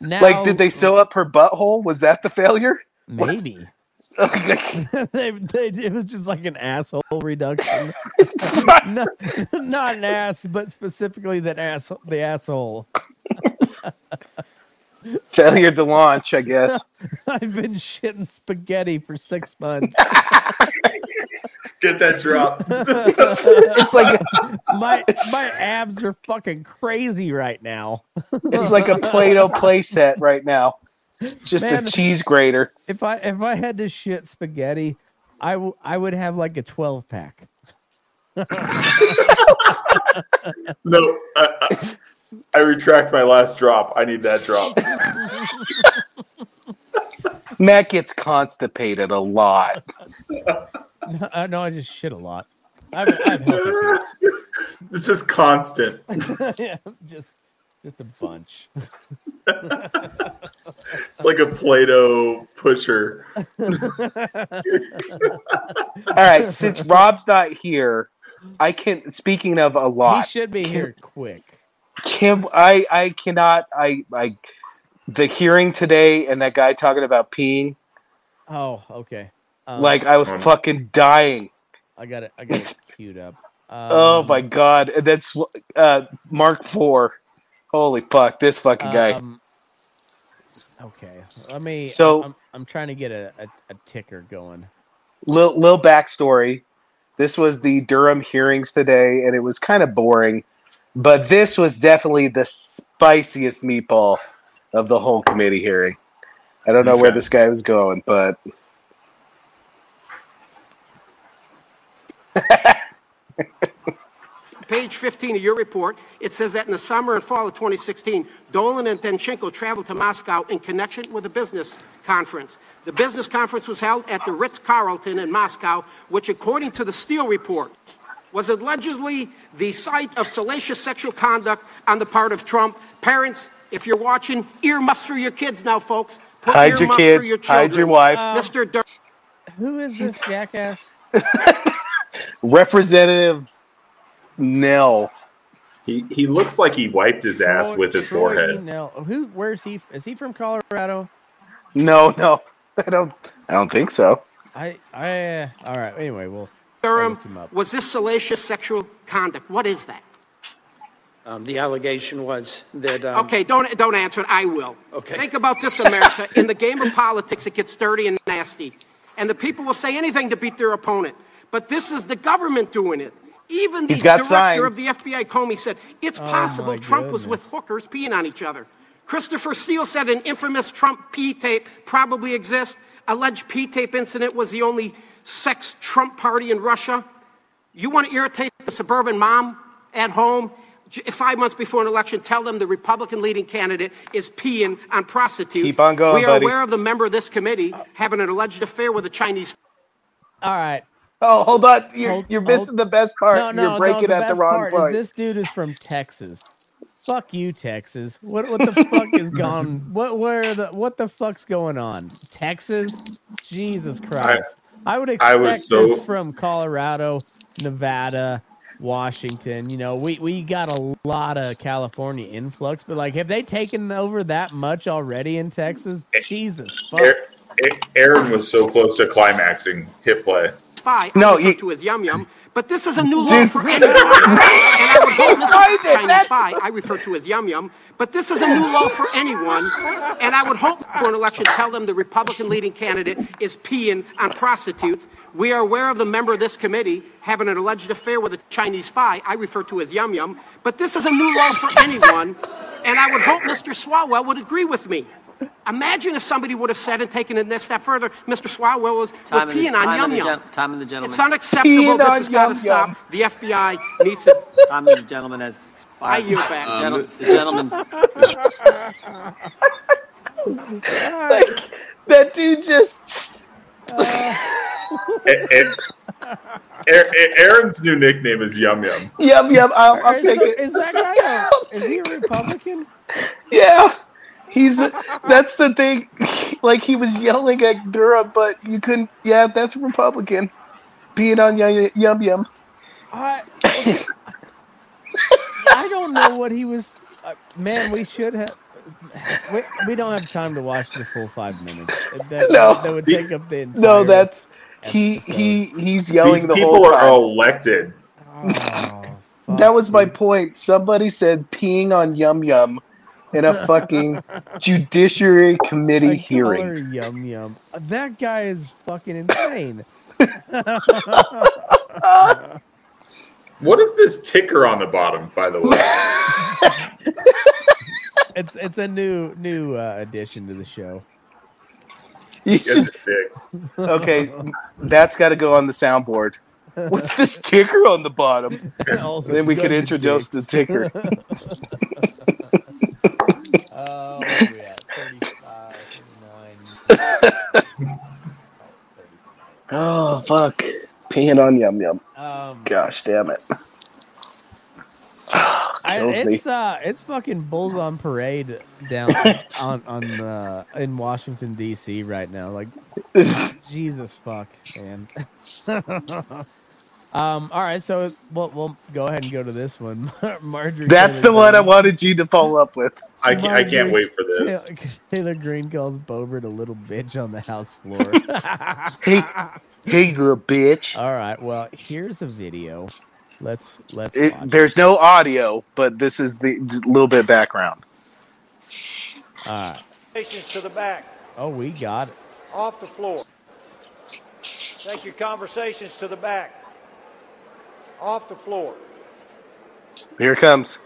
D: Now,
E: Like, did they sew up her butthole? Was that the failure?
D: Maybe. they, they, it was just like an asshole reduction. not, not an ass, but specifically that asshole, the asshole.
E: failure to launch, I guess.
D: I've been shitting spaghetti for six months.
F: Get that drop.
E: it's like
D: My
E: It's-
D: my abs are fucking crazy right now.
E: it's like a Play-Doh playset right now. It's Just
D: Man.
E: a cheese grater.
D: If I if I had to shit spaghetti, I w- I would have like a twelve pack.
F: No, I, I, I retract my last drop. I need that drop.
E: Matt gets constipated a lot.
D: I know I just shit a lot. I'm, I'm healthy.
F: It's just constant.
D: yeah, just just a bunch.
F: It's like a Play-Doh pusher.
E: All right, since Rob's not here, I can. Speaking of a
D: He
E: lot,
D: should be here quick.
E: Kim, I I cannot. I I the hearing today and that guy talking about peeing.
D: Oh, okay. Um,
E: Like I was
F: Um.
E: fucking dying.
D: I got it. I got it queued up. Um,
E: Oh my god, And that's uh, Mark Four. Holy fuck, this fucking guy.
D: um, okay, let me.
E: So-
D: I'm, I'm trying to get a, a, a ticker going.
E: little, little backstory. This was the Durham hearings today, and it was kind of boring, but this was definitely the spiciest meatball of the whole committee hearing. I don't know where
F: Okay.
E: this guy was going, but
H: page 15 of your report, it says that in the summer and fall of 2016, Dolan and Danchenko traveled to Moscow in connection with a business conference. The business conference was held at the Ritz Carlton in Moscow, which, according to the Steele report, was allegedly the site of salacious sexual conduct on the part of Trump. Parents, if you're watching, earmuffs for your kids now, folks. Put
E: Hide your
H: earmuffs for
E: kids. hide your
H: children.
E: wife.
H: Mr. Dur-
D: Who is this jackass?
E: Representative Nell.
F: He he looks like he wiped his ass
D: Troy-
F: with his
D: Troy
F: forehead.
D: Nell. Who? Where's he? Is he from Colorado?
E: No, no, I don't. I don't think so.
D: I. I. Uh, all right. Anyway, we'll. I'll
H: Durham,
D: look him up.
H: was this salacious sexual conduct? What is that?
I: Um, the allegation was that. Um,
H: Okay, don't don't answer it. I will.
I: Okay.
H: Think about this, America. In the game of politics, it gets dirty and nasty, and the people will say anything to beat their opponent. But this is the government doing it. Even the
E: He's got
H: director
E: signs.
H: of the FBI, Comey, said it's possible Trump was with hookers peeing on each other. Christopher Steele said an infamous Trump pee tape probably exists. Alleged pee tape incident was the only sex Trump party in Russia. You want to irritate the suburban mom at home j- five months before an election? Tell them the Republican leading candidate is peeing on prostitutes.
E: Keep on going,
H: We are
E: buddy.
H: aware of the member of this committee having an alleged affair with a Chinese.
D: All right.
E: Oh, hold on. You're,
D: Hold-
E: you're missing
D: hold-
E: the best part.
D: No, no,
E: you're breaking
D: no,
E: at the
D: best
E: wrong
D: part is
E: point.
D: This dude is from Texas. Fuck you, Texas. What what the fuck is gone? What where the what the fuck's going on? Texas? Jesus Christ. I, would expect
F: I was so-
D: this from Colorado, Nevada, Washington. You know, we, we got a lot of California influx, but like have they taken over that much already in Texas? Jesus fuck.
F: Aar- A- Aaron was so close to climaxing hit play.
H: spy.
E: No,
H: No,
E: you-
H: to his yum yum. But this is a new law
E: Dude.
H: for anyone. and I would hold this
E: Right there,
H: Chinese
E: that's-
H: spy. I refer to as yum yum. But this is a new law for anyone. And I would hope for an election tell them the Republican leading candidate is peeing on prostitutes. We are aware of the member of this committee having an alleged affair with a Chinese spy. I refer to as yum yum. But this is a new law for anyone. And I would hope Mr. Swalwell would agree with me. Imagine if somebody would have said and taken it a step further, Mr. Swalwell was, was
J: Time of the,
H: peeing on
J: time of
H: yum
J: the,
H: yum.
J: gen- time of the gentleman.
H: It's unacceptable.
E: Peeing
H: This
E: on
H: has got to
E: yum-yum.
H: stop. The FBI needs to.
J: time of the gentleman has expired.
H: I yield back.
K: Um,
J: Gentle- the gentleman.
E: like, that dude just.
F: A- a- Aar- A- Aaron's new nickname is Yum Yum.
E: Yum, yum. I'll, I'll
D: Is,
E: take it.
D: is that guy
E: I'll
D: a, is he a Republican?
E: Yeah. He's that's the thing. Like he was yelling at Dura, but you couldn't. Yeah, that's Republican. Being on yum yum yum.
D: I, I don't know what he was. Uh, man, we should have. We, we don't have time to watch the full five minutes. That,
E: No.
D: that would take up the entire.
E: No, that's he he he's yelling
F: These
E: the
F: people
E: whole
F: are
E: time.
F: elected.
D: Oh, fuck,
E: that was my
D: dude.
E: point. Somebody said peeing on yum yum in a fucking judiciary committee
D: I call
E: hearing.
D: her Yum yum. That guy is fucking insane.
F: What is this ticker on the bottom, by the way?
D: It's it's a new new uh, addition to the show.
E: You
F: Yes,
E: should-
F: it sticks.
E: okay, that's got to go on the soundboard. What's this ticker on the bottom?
D: Also,
E: Then we could
D: judges
E: introduce
D: dicks.
E: the ticker.
D: Oh, yeah, thirty-five, nine.
E: Oh fuck! Peeing on yum yum.
D: Um,
E: Gosh damn it!
D: I,
E: Kills me.
D: it's uh, it's fucking bulls on parade down on on uh, in Washington D.C. right now. Like, Jesus fuck, man. um, all right, so we'll we'll go ahead and go to this one, Marjorie.
E: That's the
D: Taylor
E: one I wanted you to follow up with.
F: I, ca- I can't wait for
D: Green-
F: this.
D: Taylor, Taylor Green calls Bobert a little bitch on the House floor.
E: Hey, hey, little bitch.
D: all right, well here's a video. Let's let's.
E: It,
D: watch
E: there's no audio, but this is the d- little bit background.
D: it. All right.
L: Patients to the back,
D: Oh, we got it.
L: off the floor. Take your conversations to the back, off the floor.
E: Here it comes.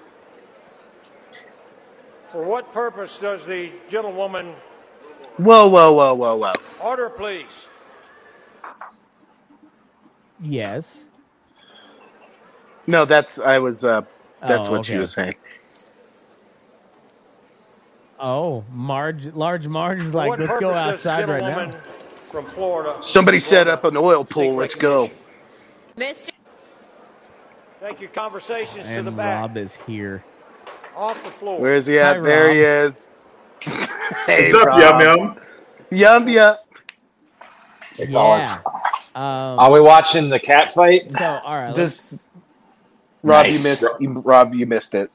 L: For what purpose does the gentlewoman
E: Whoa, whoa, whoa, whoa, whoa.
L: order, please?
D: Yes.
E: No, that's I was. Uh, that's
D: Oh,
E: what she
D: okay.
E: was saying.
D: Oh, Marge, large Marge is like,
L: what
D: let's go
L: purpose does
D: outside right now.
L: gentlewoman From Florida.
E: Somebody set up an oil pool. Let's go.
L: Mr. Take your conversations to the
D: And
L: back,
D: Rob is here.
L: off the floor.
E: Where is he at?
D: Hi,
E: there he
D: Rob.
E: is. hey,
F: What's up,
E: Rob.
F: Yum
E: Yum yum.
D: Yeah. Um,
M: Are we watching the cat fight?
D: So, all right.
E: Does Rob,
M: Nice.
E: you missed. You, Rob, you missed it.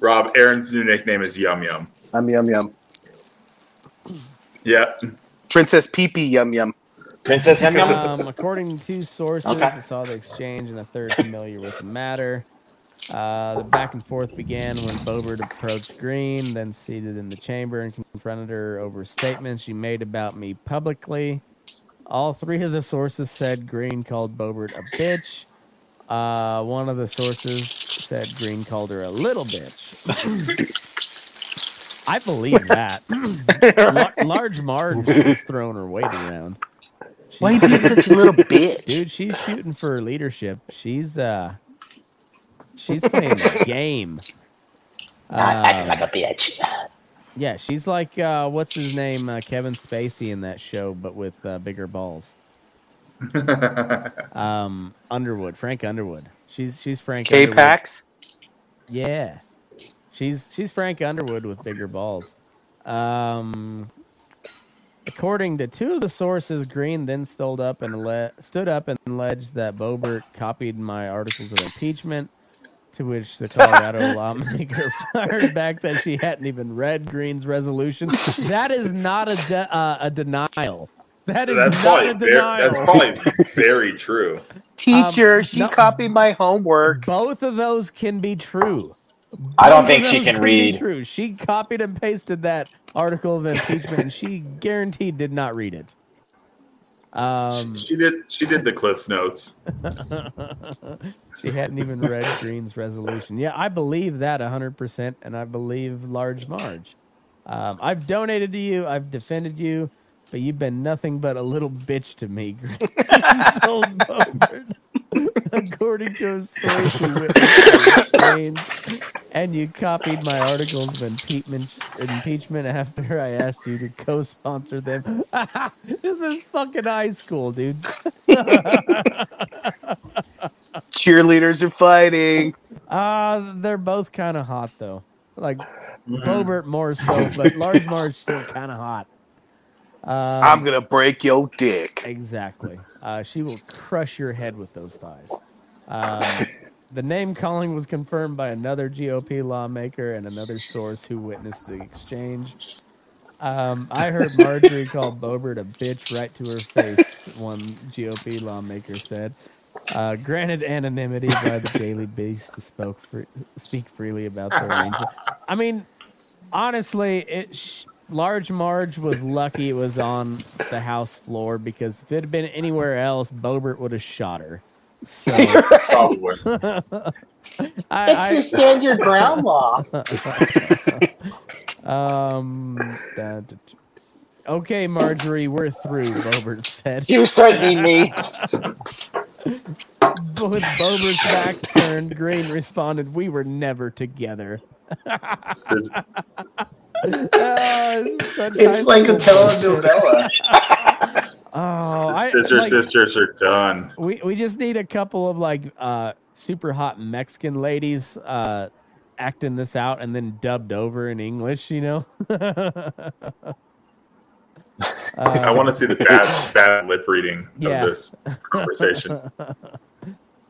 F: Rob, Aaron's new nickname is Yum Yum.
E: I'm yum yum.
F: Yeah.
E: Princess Pee Pee yum yum.
M: Princess Yum
D: Um, according to sources
M: Okay.
D: that saw the exchange and the third familiar with the matter, uh, the back and forth began when Bobert approached Green, then seated in the chamber and confronted her over statements she made about me publicly. All three of the sources said Green called Bobert a bitch. Uh, one of the sources said Green called her a little bitch. I believe that. Lar- Large Marge is throwing her weight around.
A: Why you being such a little bitch?
D: Dude, she's shooting for leadership. She's uh she's playing the game.
A: Not acting
D: Um,
A: like a bitch.
D: Yeah, she's like uh what's his name? Uh, Kevin Spacey in that show, but with uh, bigger balls. um Underwood, Frank Underwood. She's she's Frank
E: K
D: Underwood.
E: Pax.
D: Yeah. She's she's Frank Underwood with bigger balls. Um according to two of the sources, Green then stood up and alle- stood up and alleged that Bobert copied my articles of impeachment, to which the Colorado lawmaker fired back that she hadn't even read Green's resolution. That is not a de- uh, a denial. That is
F: That's
D: not a
F: probably, very,
D: denial.
F: that's probably very true.
E: Teacher,
D: Um,
E: she
D: no-
E: copied my homework.
D: Both of those can be true.
M: I don't
D: Both
M: think
D: of
M: she
D: those
M: can
D: be
M: read.
D: True. She copied and pasted that article of impeachment, and she guaranteed did not read it. Um,
F: She did. She did the Cliff's notes.
D: she hadn't even read Green's resolution. Yeah, I believe that 100%, and I believe Large Marge. Um, I've donated to you, I've defended you, but you've been nothing but a little bitch to me, Green. Bill Bobert. According to a source who witnessed Green's, and you copied my articles of impeachment, impeachment after I asked you to co sponsor them. this is fucking high school, dude.
E: Cheerleaders are fighting.
D: Uh, they're both kind of hot though. Like Bobert more so, but Large Marge still kind of hot. Uh,
E: I'm gonna break your dick.
D: exactly. Uh, she will crush your head with those thighs. Uh, the name calling was confirmed by another GOP lawmaker and another source who witnessed the exchange. Um, I heard Marjorie call Bobert a bitch right to her face. One GOP lawmaker said. Uh, granted anonymity by the Daily Beast to spoke fr- speak freely about their arrangement. I mean, honestly, it sh- Large Marge was lucky it was on the House floor because if it had been anywhere else, Bobert would have shot her. So
F: Probably.
D: I,
A: It's your stand your ground law.
D: um. da- da- da- Okay, Marjorie, we're through. Bobert said.
M: She was threatening me.
D: But With Bobert's back turned, Green responded, "We were never together."
F: This-
D: Oh, this is such high
A: It's like a
D: school bullshit.
A: telenovela.
D: Oh, I,
F: Sister
D: like,
F: sisters are done.
D: We we just need a couple of like uh super hot Mexican ladies uh acting this out and then dubbed over in English, you know. Uh,
F: I want to see the bad bad lip reading
D: Yeah.
F: of this conversation.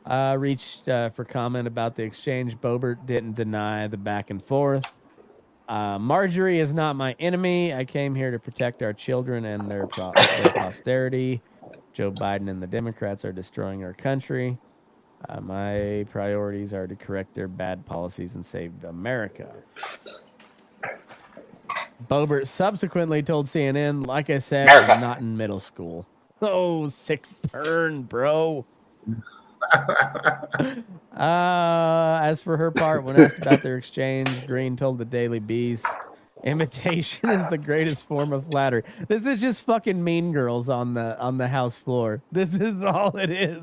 D: uh, reached uh, for comment about the exchange. Bobert didn't deny the back and forth. Uh, Marjorie is not my enemy. I came here to protect our children and their, pro- their posterity. Joe Biden and the Democrats are destroying our country. Uh, my priorities are to correct their bad policies and save America. Bobert subsequently told CNN, like I said,
M: America.
D: I'm not in middle school. Oh, sick burn, bro. Uh, as for her part, when asked about their exchange, Green told the Daily Beast, "Imitation is the greatest form of flattery." This is just fucking Mean Girls on the on the house floor. This is all it is.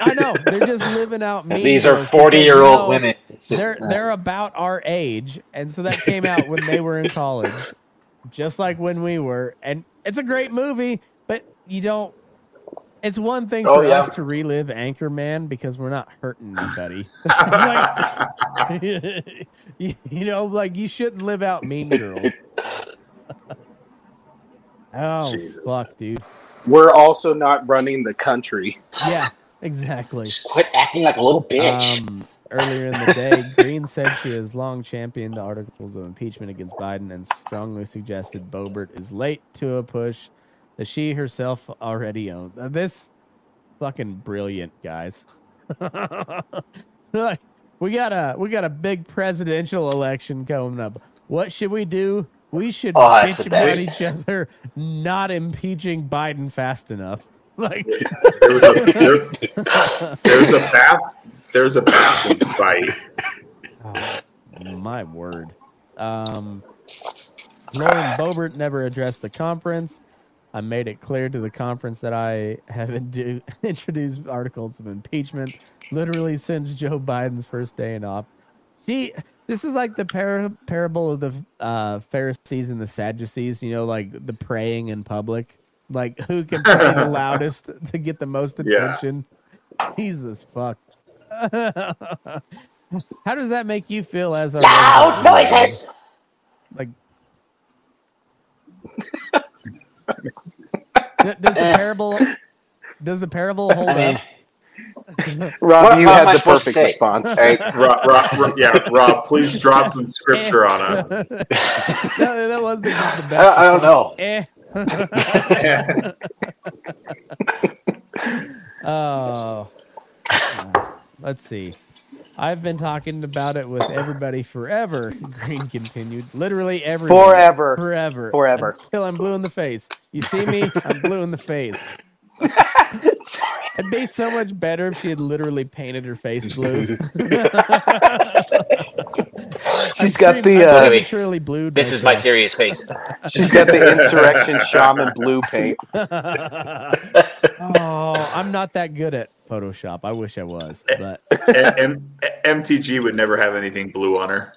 D: I know they're just living out. mean
M: These are
D: girls because,
M: 40-year-old
D: you know,
M: women. Just-
D: They're they're about our age, and so that came out when they were in college, just like when we were. And it's a great movie, but you don't. It's one thing
M: Oh,
D: for
M: yeah.
D: us to relive Anchorman because we're not hurting anybody. Like, you, you know, like you shouldn't live out Mean Girls. oh fuck, dude.
E: We're also not running the country.
D: Yeah, exactly.
E: Quit acting like a little
D: Um, earlier in the day, Green said she has long championed articles of impeachment against Biden and strongly suggested Boebert is late to a push that she herself already owned. Uh, This fucking brilliant, guys. Like, we got a we got a big presidential election coming up. What should we do? We should
M: Oh, that's
D: bitch
M: the
D: about
M: best.
D: each other not impeaching Biden fast enough. Like
F: There was a there, there was a bath there was a bathroom fight.
D: My word. Um, Lauren Boebert never addressed the conference. I made it clear to the conference that I have indu- introduced articles of impeachment literally since Joe Biden's first day in office. She, this is like the par- parable of the uh, Pharisees and the Sadducees, you know, like the praying in public. Like, who can pray the loudest to get the most
M: Yeah.
D: attention? Jesus fuck. How does that make you feel as a
M: Loud noises!
D: Like does the
F: Eh.
D: parable does the parable hold up?
E: Rob,
F: What-
E: you
F: what am I
E: had the
F: supposed to
E: perfect
F: say?
E: response.
F: Hey, Rob, Rob, Rob- yeah, Rob, please drop some scripture on us.
D: no, that was the, the best.
F: I- I don't know.
D: Eh. oh, let's see. I've been talking about it with everybody forever. Green continued, literally everyone,
E: Forever.
D: forever,
E: Forever.
D: until I'm blue in the face. You see me? I'm blue in the face. It'd be so much better if she had literally painted her face blue.
E: She's got
D: Scream-
E: the
D: I'm
E: uh,
D: prematurely blued
M: This is my
D: myself.
M: serious face.
E: she's got the insurrection shaman blue paint.
D: oh, I'm not that good at Photoshop. I wish I was, but
F: M- M- MTG would never have anything blue on her.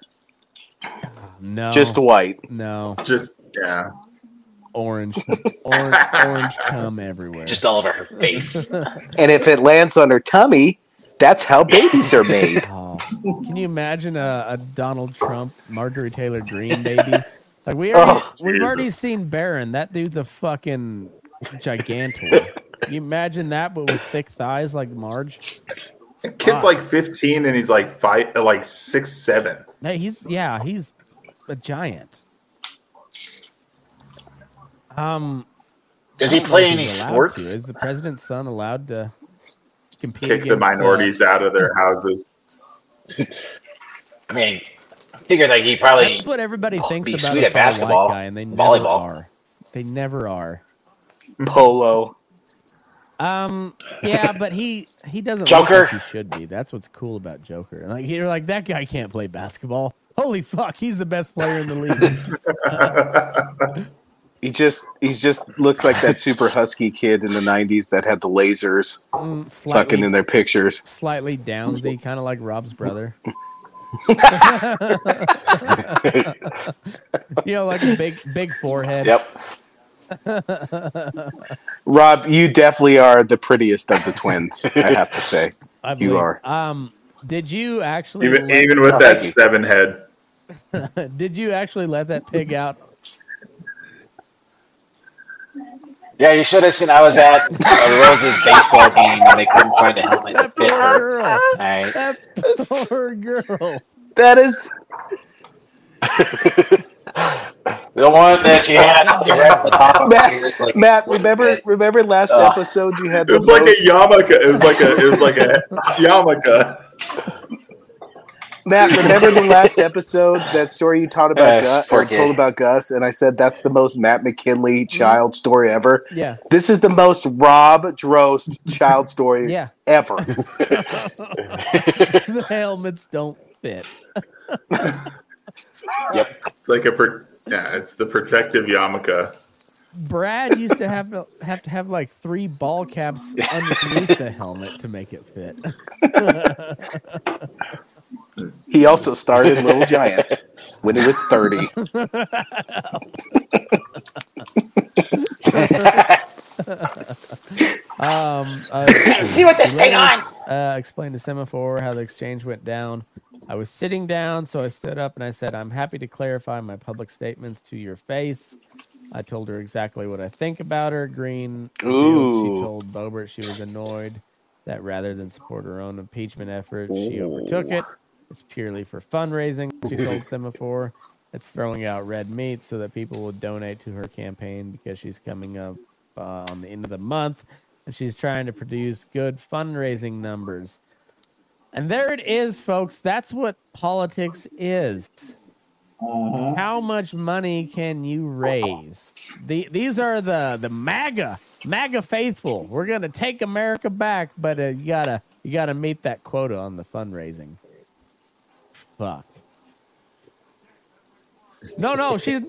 D: no.
E: Just white.
D: No.
F: Just yeah.
D: Orange. Orange orange cum everywhere.
M: Just all over her face.
E: And if it lands on her tummy, that's how babies are made.
D: Oh, Can you imagine a, a Donald Trump, Marjorie Taylor Green baby? Like we already,
E: Oh,
D: we've
E: Jesus.
D: already seen Baron. That dude's a fucking gigantor. Can you imagine that, but with thick thighs like Marge?
F: Kid's like 15 and he's like five, uh, like six, seven.
D: Hey, he's yeah, he's a giant. Um,
M: Does
D: I
M: he
D: don't know
M: play
D: if
M: any
D: he's allowed
M: sports?
D: to. Is the president's son allowed to compete?
F: Kick the
D: against, uh,
F: minorities out of their houses.
M: I mean, I figure like he probably
D: That's what everybody thinks
M: be
D: about
M: sweet
D: a
M: at
D: tall
M: basketball,
D: white guy, and they never
M: volleyball.
D: are. They never are.
E: Polo.
D: Um. Yeah, but he he doesn't.
E: Joker.
D: Look like he should be. That's what's cool about Joker. And like you're like that guy can't play basketball. Holy fuck, he's the best player in the league.
E: He just he just looks like that super husky kid in the '90s that had the lasers,
D: Mm, slightly-
E: fucking in their pictures.
D: Slightly downsy, kind of like Rob's brother. you know, like a big big forehead. Yep.
E: Rob, you definitely are the prettiest of the twins. I have to say,
D: I believe.
E: you are.
D: Um, did you actually
F: Even,
D: let-
F: even with that seven head.
D: did you actually let that pig out?
M: Yeah, you should have seen. I was at uh, Rose's baseball game and they couldn't find a helmet to fit her.
D: Girl,
M: All right.
D: that poor girl.
E: That is
M: The one that she had right at the top of her ears,
E: Matt.
M: like,
E: Matt, remember remember last
M: Ugh.
E: episode you had
F: It
E: the
F: was like a
E: most-
F: yarmulke. It was like a it was like a yarmulke.
E: Matt, remember the last episode that story you taught about
M: Yes,
E: Gus
M: poor
E: or told
M: kid.
E: about Gus, and I said that's the most Matt McKinley child story ever.
D: Yeah.
E: This is the most Rob Drost child story
D: Yeah.
E: ever.
D: the helmets don't fit.
F: Yep. It's like a pro- yeah. It's the protective yarmulke.
D: Brad used to have to have to have like three ball caps underneath the helmet to make it fit.
E: He also started Little Giants when he was 30.
D: um, uh,
N: See what this thing
D: Leonard,
N: on.
D: Uh, explain to Semaphore how the exchange went down. I was sitting down, so I stood up and I said, "I'm happy to clarify my public statements to your face." I told her exactly what I think about her. Green. revealed
E: Ooh.
D: She told Bobert she was annoyed that rather than support her own impeachment effort, she overtook it. It's purely for fundraising. She told Semaphore it's throwing out red meat so that people will donate to her campaign because she's coming up uh, on the end of the month and she's trying to produce good fundraising numbers. And there it is, folks. That's what politics is. How much money can you raise? The, these are the the MAGA MAGA faithful. We're gonna take America back, but uh, you gotta you gotta meet that quota on the fundraising. Fuck. No, no, she's.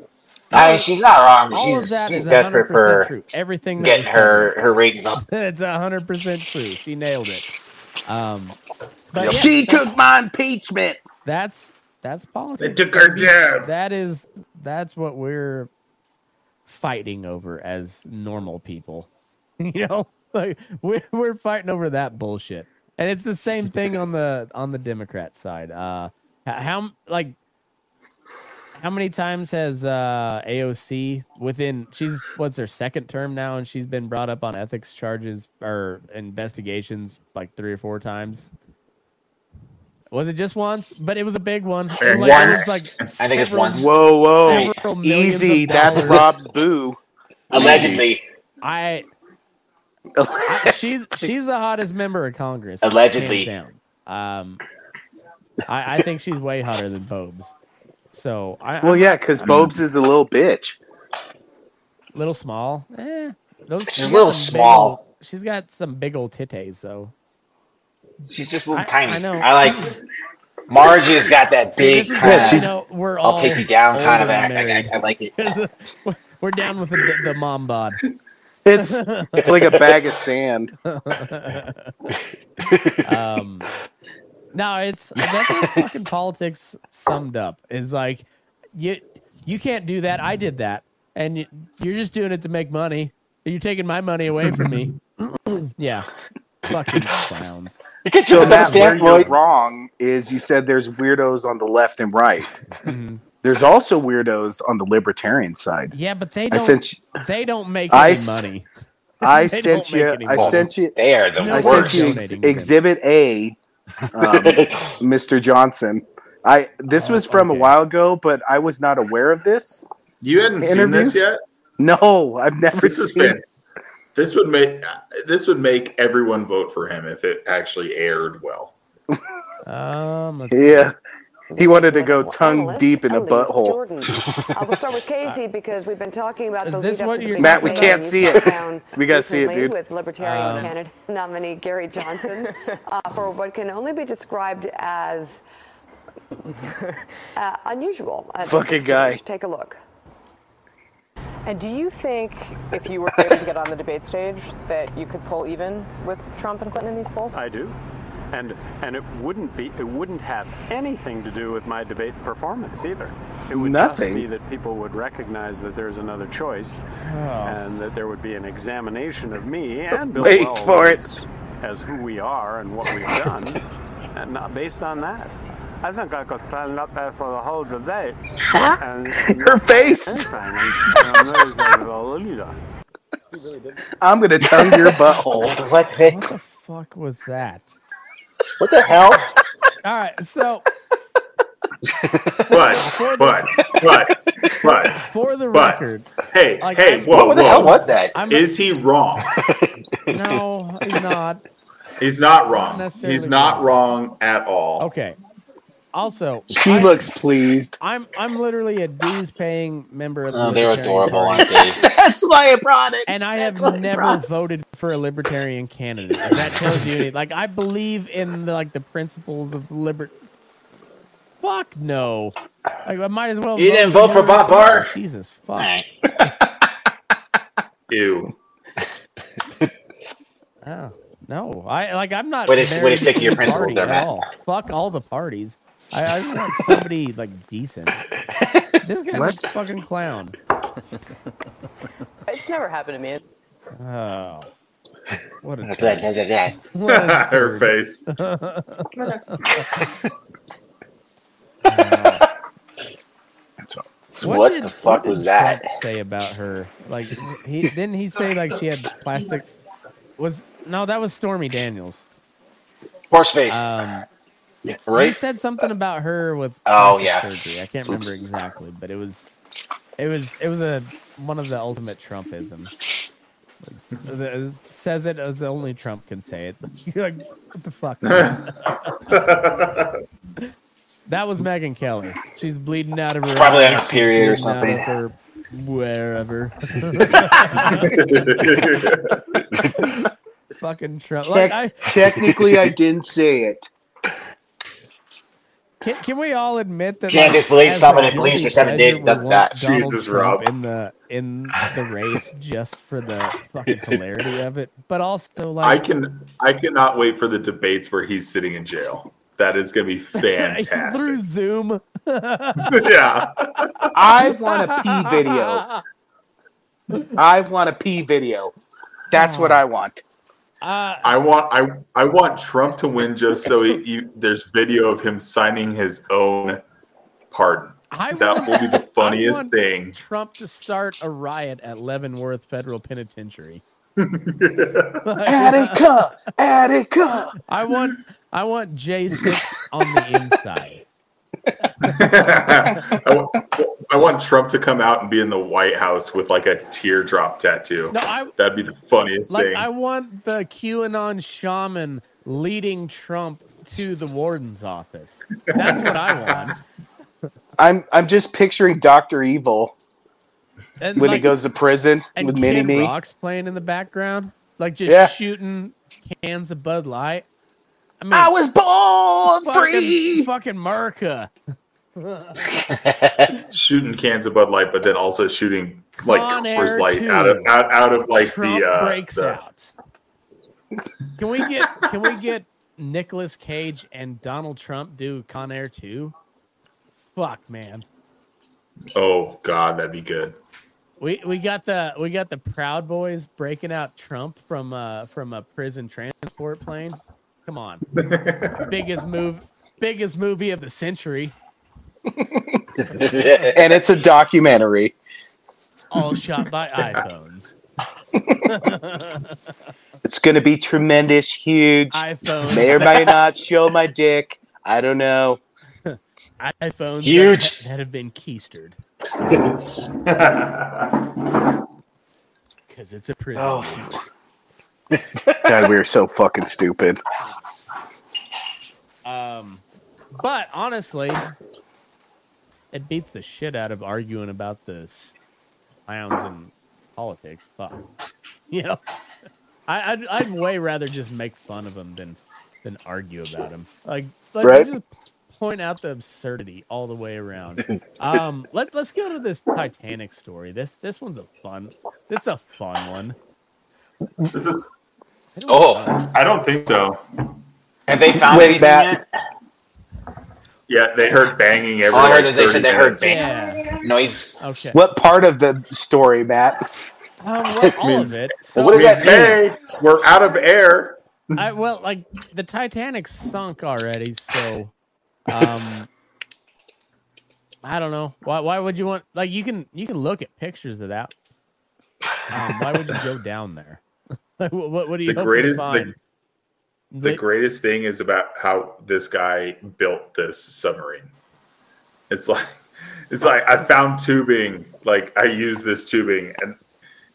M: I mean, she's not wrong.
D: All of
M: She's-
D: that
M: she's
D: is
M: desperate
D: 100%
M: for
D: true. everything.
M: getting
D: that was said.
M: her- her ratings up.
D: That's hundred percent true. She nailed it. Um, but yeah,
E: she
D: that's-
E: took my impeachment.
D: That's that's politics.
E: They took our jobs.
D: That is that's what we're fighting over as normal people. You know, like we're we're fighting over that bullshit, and it's the same thing on the on the Democrat side. Uh, h- how like how many times has uh AOC within she's what's her second term now, and she's been brought up on ethics charges or investigations like three or four times. Was it just once? But it was a big one. Like, it was,
M: Once.
D: like,
M: I think it's
D: several-
M: once.
E: Whoa, whoa.
D: several millions of
E: Easy. That's
D: dollars.
E: Rob's boo.
M: Allegedly.
D: I. she's she's the hottest member of Congress.
M: Allegedly.
D: hands down. Um, I, I think she's way hotter than Bobes. So I.
E: Well,
D: I'm-
E: yeah, because
D: I'm
E: Bobes is a little bitch.
D: little small. Eh, those,
M: She's
D: she's
M: a little
D: got some big
M: small.
D: old- she's got some big old titties though.
M: She's just a little
D: I-
M: tiny.
D: I
M: I,
D: know.
M: like Margie's got that big
D: this is
M: kind
D: why I
M: of,
D: know we're
M: I'll take
D: all
M: you down kind
D: old
M: of act.
D: and
M: I, I, I like it.
D: We're down with the, the mom bod.
E: It's it's like a bag of sand.
D: um, no, it's that's what fucking politics summed up. Is like you you can't do that. I did that, and you, you're just doing it to make money. You're taking my money away from me. yeah, fucking clowns.
E: So Matt, where you're wrong is you said there's weirdos on the left and right.
D: Mhm.
E: There's also weirdos on the libertarian side.
D: Yeah, but they
E: I
D: don't.
E: sent you,
D: they don't make
E: I
D: any
E: s-
D: money.
E: I
D: They
E: sent
D: don't make
E: you.
D: any
E: I
D: money.
E: sent you.
M: They are the
E: I
M: worst.
E: sent you ex-
D: Donating to them.
E: Exhibit A, um, Mr. Johnson. I this
D: Oh,
E: was from
D: okay.
E: a while ago, but I was not aware of this.
F: You hadn't seen
E: Interview?
F: this yet.
E: No, I've never
F: This has
E: seen.
F: been. This would make this would make everyone vote for him if it actually aired well.
D: Um, let's see.
E: Yeah, he wanted to go tongue deep in a
O: Only it's Jordan.
E: butthole.
O: Uh, we'll start with Casey because we've been talking about
D: Is
O: the
D: this
O: lead
D: what
O: up to the
D: you're
O: big
E: Matt, we
O: debate
E: can't
O: you
E: see
O: sat
E: it.
O: down
E: We gotta see it,
O: recently
E: dude.
O: With Libertarian
E: Um,
O: candidate nominee Gary Johnson uh, for what can only be described as uh, unusual. uh, this
E: Fucking guy.
O: exchange. Take a look.
P: And do you think if you were able to get on the debate stage that you could pull even with Trump and Clinton in these polls?
Q: I do. And and it wouldn't be it wouldn't have anything to do with my debate performance either. It would
E: Nothing.
Q: just be that people would recognize that there's another choice and that there would be an examination of me and Bill
E: Wait
Q: Wells
E: for it.
Q: as, as who we are and what we've done. and not based on that. I think I could stand up there for the whole debate. and
E: Her face.
Q: And, and there's a leader.
E: I'm gonna tongue your butthole.
M: what,
D: the fuck was that?
M: what the hell?
D: All right, so
F: But but but but
D: for the
F: but
D: record,
F: hey
D: Like,
F: hey
D: I'm-
F: whoa
D: What
F: whoa
D: the hell was
M: that?
D: I'm-
F: Is he wrong?
D: no, he's not.
F: He's not
D: Not
F: wrong.
D: necessarily
F: He's not wrong at all.
D: Okay. Also,
E: She looks pleased.
D: I'm I'm literally a dues-paying member of the
M: Oh, they're
D: Libertarian
M: adorable,
D: Party.
M: aren't they?
E: That's why I brought it.
D: and I have
E: That's why I
D: never
E: brought it.
D: voted for a libertarian candidate. If that tells you anything, like I believe in the, like the principles of liber. Fuck no! Like, I might as well.
M: You didn't vote for Bob Barr?
D: Jesus fuck!
M: All right.
F: Ew.
D: Oh no, I like I'm not.
M: Way to- way to
D: married
M: stick to your
D: any
M: principles
D: party
M: there,
D: at
M: Matt.
D: all. Fuck all the parties. I, I just want somebody like decent. This guy's a
P: Let's-
D: fucking clown.
P: It's never happened to me.
D: Oh, what a
F: Her face.
M: What the fuck
D: did
M: was that?
D: Trump say about her? Like he didn't he say like she had plastic? Was no, that was Stormy Daniels.
M: Horse face.
D: Um, He
M: right?
D: said something about her with
M: Oh,
D: plastic
M: yeah.
D: surgery. I can't remember exactly, but it was it was it was a one of the ultimate Trumpisms. The- says it as only Trump can say it. You're like, what the fuck? that was Megan Kelly. She's bleeding out of her
M: Probably
D: eyes.
M: on her
D: She's
M: period or
D: bleeding out
M: something.
D: of her Wherever. Fucking Trump. Like,
E: Tec-
D: I,
E: technically, I didn't say it.
D: Can, can we all admit that?
E: Can't just believe
D: as
E: someone
D: a
E: that believes for
D: guilty
E: seven days
D: pleasure,
E: does
D: we
E: that.
D: want Donald
E: Jesus,
D: Trump
E: Rob.
D: in the in the race just for the fucking hilarity of it, but also
F: I
D: like
F: can I cannot wait for the debates where he's sitting in jail. That is gonna be fantastic.
D: through Zoom.
F: yeah.
E: I want a pee video. I want a pee video. That's what I want.
D: Uh,
F: I want I I want Trump to win just so he, you, there's video of him signing his own pardon.
D: I
F: that
D: want-
F: will be the
D: I
F: funniest
D: want
F: thing.
D: Trump to start a riot at Leavenworth Federal Penitentiary.
E: Attica, Attica.
D: I want I want J six on the inside.
F: I, wa- I want Trump to come out and be in the White House with like a teardrop tattoo.
D: No, I-
F: That'd be the funniest
D: Like
F: thing.
D: I want the QAnon shaman leading Trump to the warden's office. That's what I want.
E: I'm I'm just picturing Doctor Evil
D: And
E: when he
D: like-
E: goes to prison
D: and
E: with Mini
D: Kid
E: Me.
D: Rock's playing in the background, like just
E: Yeah.
D: shooting cans of Bud Light. I mean,
E: I was born
D: fucking,
E: free.
D: fucking America.
F: shooting cans of Bud Light, but then also shooting like
D: Con Air
F: Coors Light
D: 2.
F: out of out, out of like
D: Trump
F: the uh,
D: breaks
F: the-
D: out. Can we get can we get Nicolas Cage and Donald Trump do Con Air 2? Fuck man.
F: Oh God, that'd be good.
D: We we got the we got the Proud Boys breaking out Trump from uh from a prison transport plane. Come on. biggest move biggest movie of the century.
E: and it's a documentary.
D: All shot by iPhones.
E: It's going to be tremendous, huge.
D: iPhone.
E: May or may not show my dick. I don't know.
D: iPhones
E: Huge.
D: That, that have been keistered. Cause it's a prison. movie.
E: God, we are so fucking stupid.
D: Um, but honestly, it beats the shit out of arguing about this clowns and politics. Fuck, you know, I, I'd, I'd way rather just make fun of them than than argue about them. Like, like
E: Right.
D: just point out the absurdity all the way around. um, let let's go to this Titanic story. This this one's a fun. This is a fun one.
F: This is.
M: Oh,
F: I don't think so.
M: Have they found
E: Wait,
M: anything
E: Matt.
M: yet?
F: Yeah, they heard banging every.
M: Oh, I heard
F: like,
M: that they
F: 30
M: said they heard
F: minutes.
M: bang noise.
D: Okay.
E: What part of the story, Matt?
D: Um, well, all
E: Means-
D: of it.
E: Well, what does
F: Means,
E: that mean?
F: hey, we're out of air.
D: I well, like the Titanic sunk already, so um, I don't know why. Why would you want like you can you can look at pictures of that. Um, why would you go down there? like, what, what what do you
F: The
D: hope
F: greatest,
D: to find?
F: the, the
D: They-
F: greatest thing is about how this guy built this submarine. It's like, it's like I found tubing. Like I use this tubing, and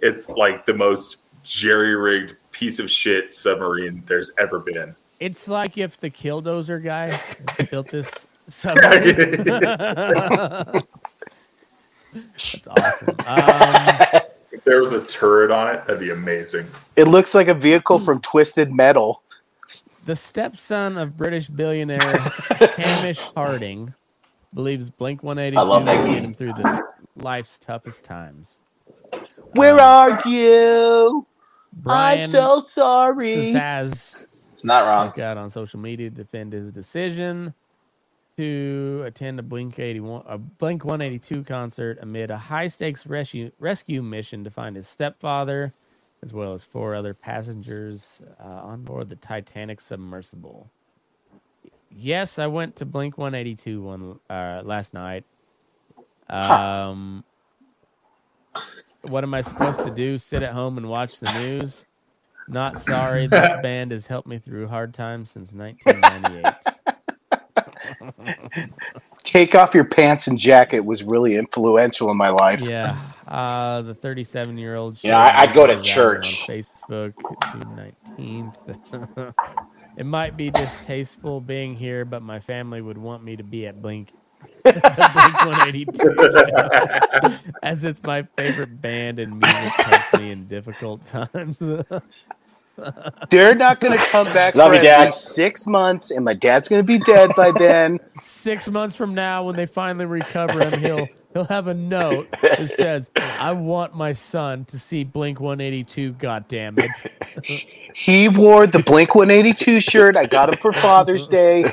F: it's like the most jerry-rigged piece of shit submarine there's ever been.
D: It's like if the killdozer guy built this submarine. That's awesome. Um,
F: If there was a turret on it, that'd be amazing.
E: It looks like a vehicle from Twisted Metal.
D: The stepson of British billionaire Hamish Harding believes Blink 182
E: I love that
D: will lead
E: game.
D: him through the life's toughest times.
E: Where are you?
D: Brian
E: I'm so sorry.
D: Sazazz
M: It's not wrong.
D: out on social media to defend his decision to attend a Blink 81 a Blink 182 concert amid a high stakes rescue rescue mission to find his stepfather as well as four other passengers uh, on board the Titanic submersible. Yes, I went to Blink 182 one uh, last night. Um what am I supposed to do? Sit at home and watch the news? Not sorry. This band has helped me through hard times since 1998.
E: Take off your pants and jacket was really influential in my life.
D: yeah. Uh, the 37 year old.
E: Yeah, I- I'd go to church.
D: On Facebook, June 19th. it might be distasteful being here, but my family would want me to be at Blink. Blink 182 show, as it's my favorite band and music helps me in difficult times.
E: They're not going to come back
D: Love
E: for
D: you,
E: at
D: Dad.
E: least six months, and my dad's going to be dead by then.
D: Six months from now, when they finally recover him, he'll he'll have a note that says, "I want my son to see Blink 182." God damn it!
E: He wore the Blink 182 shirt I got him for Father's Day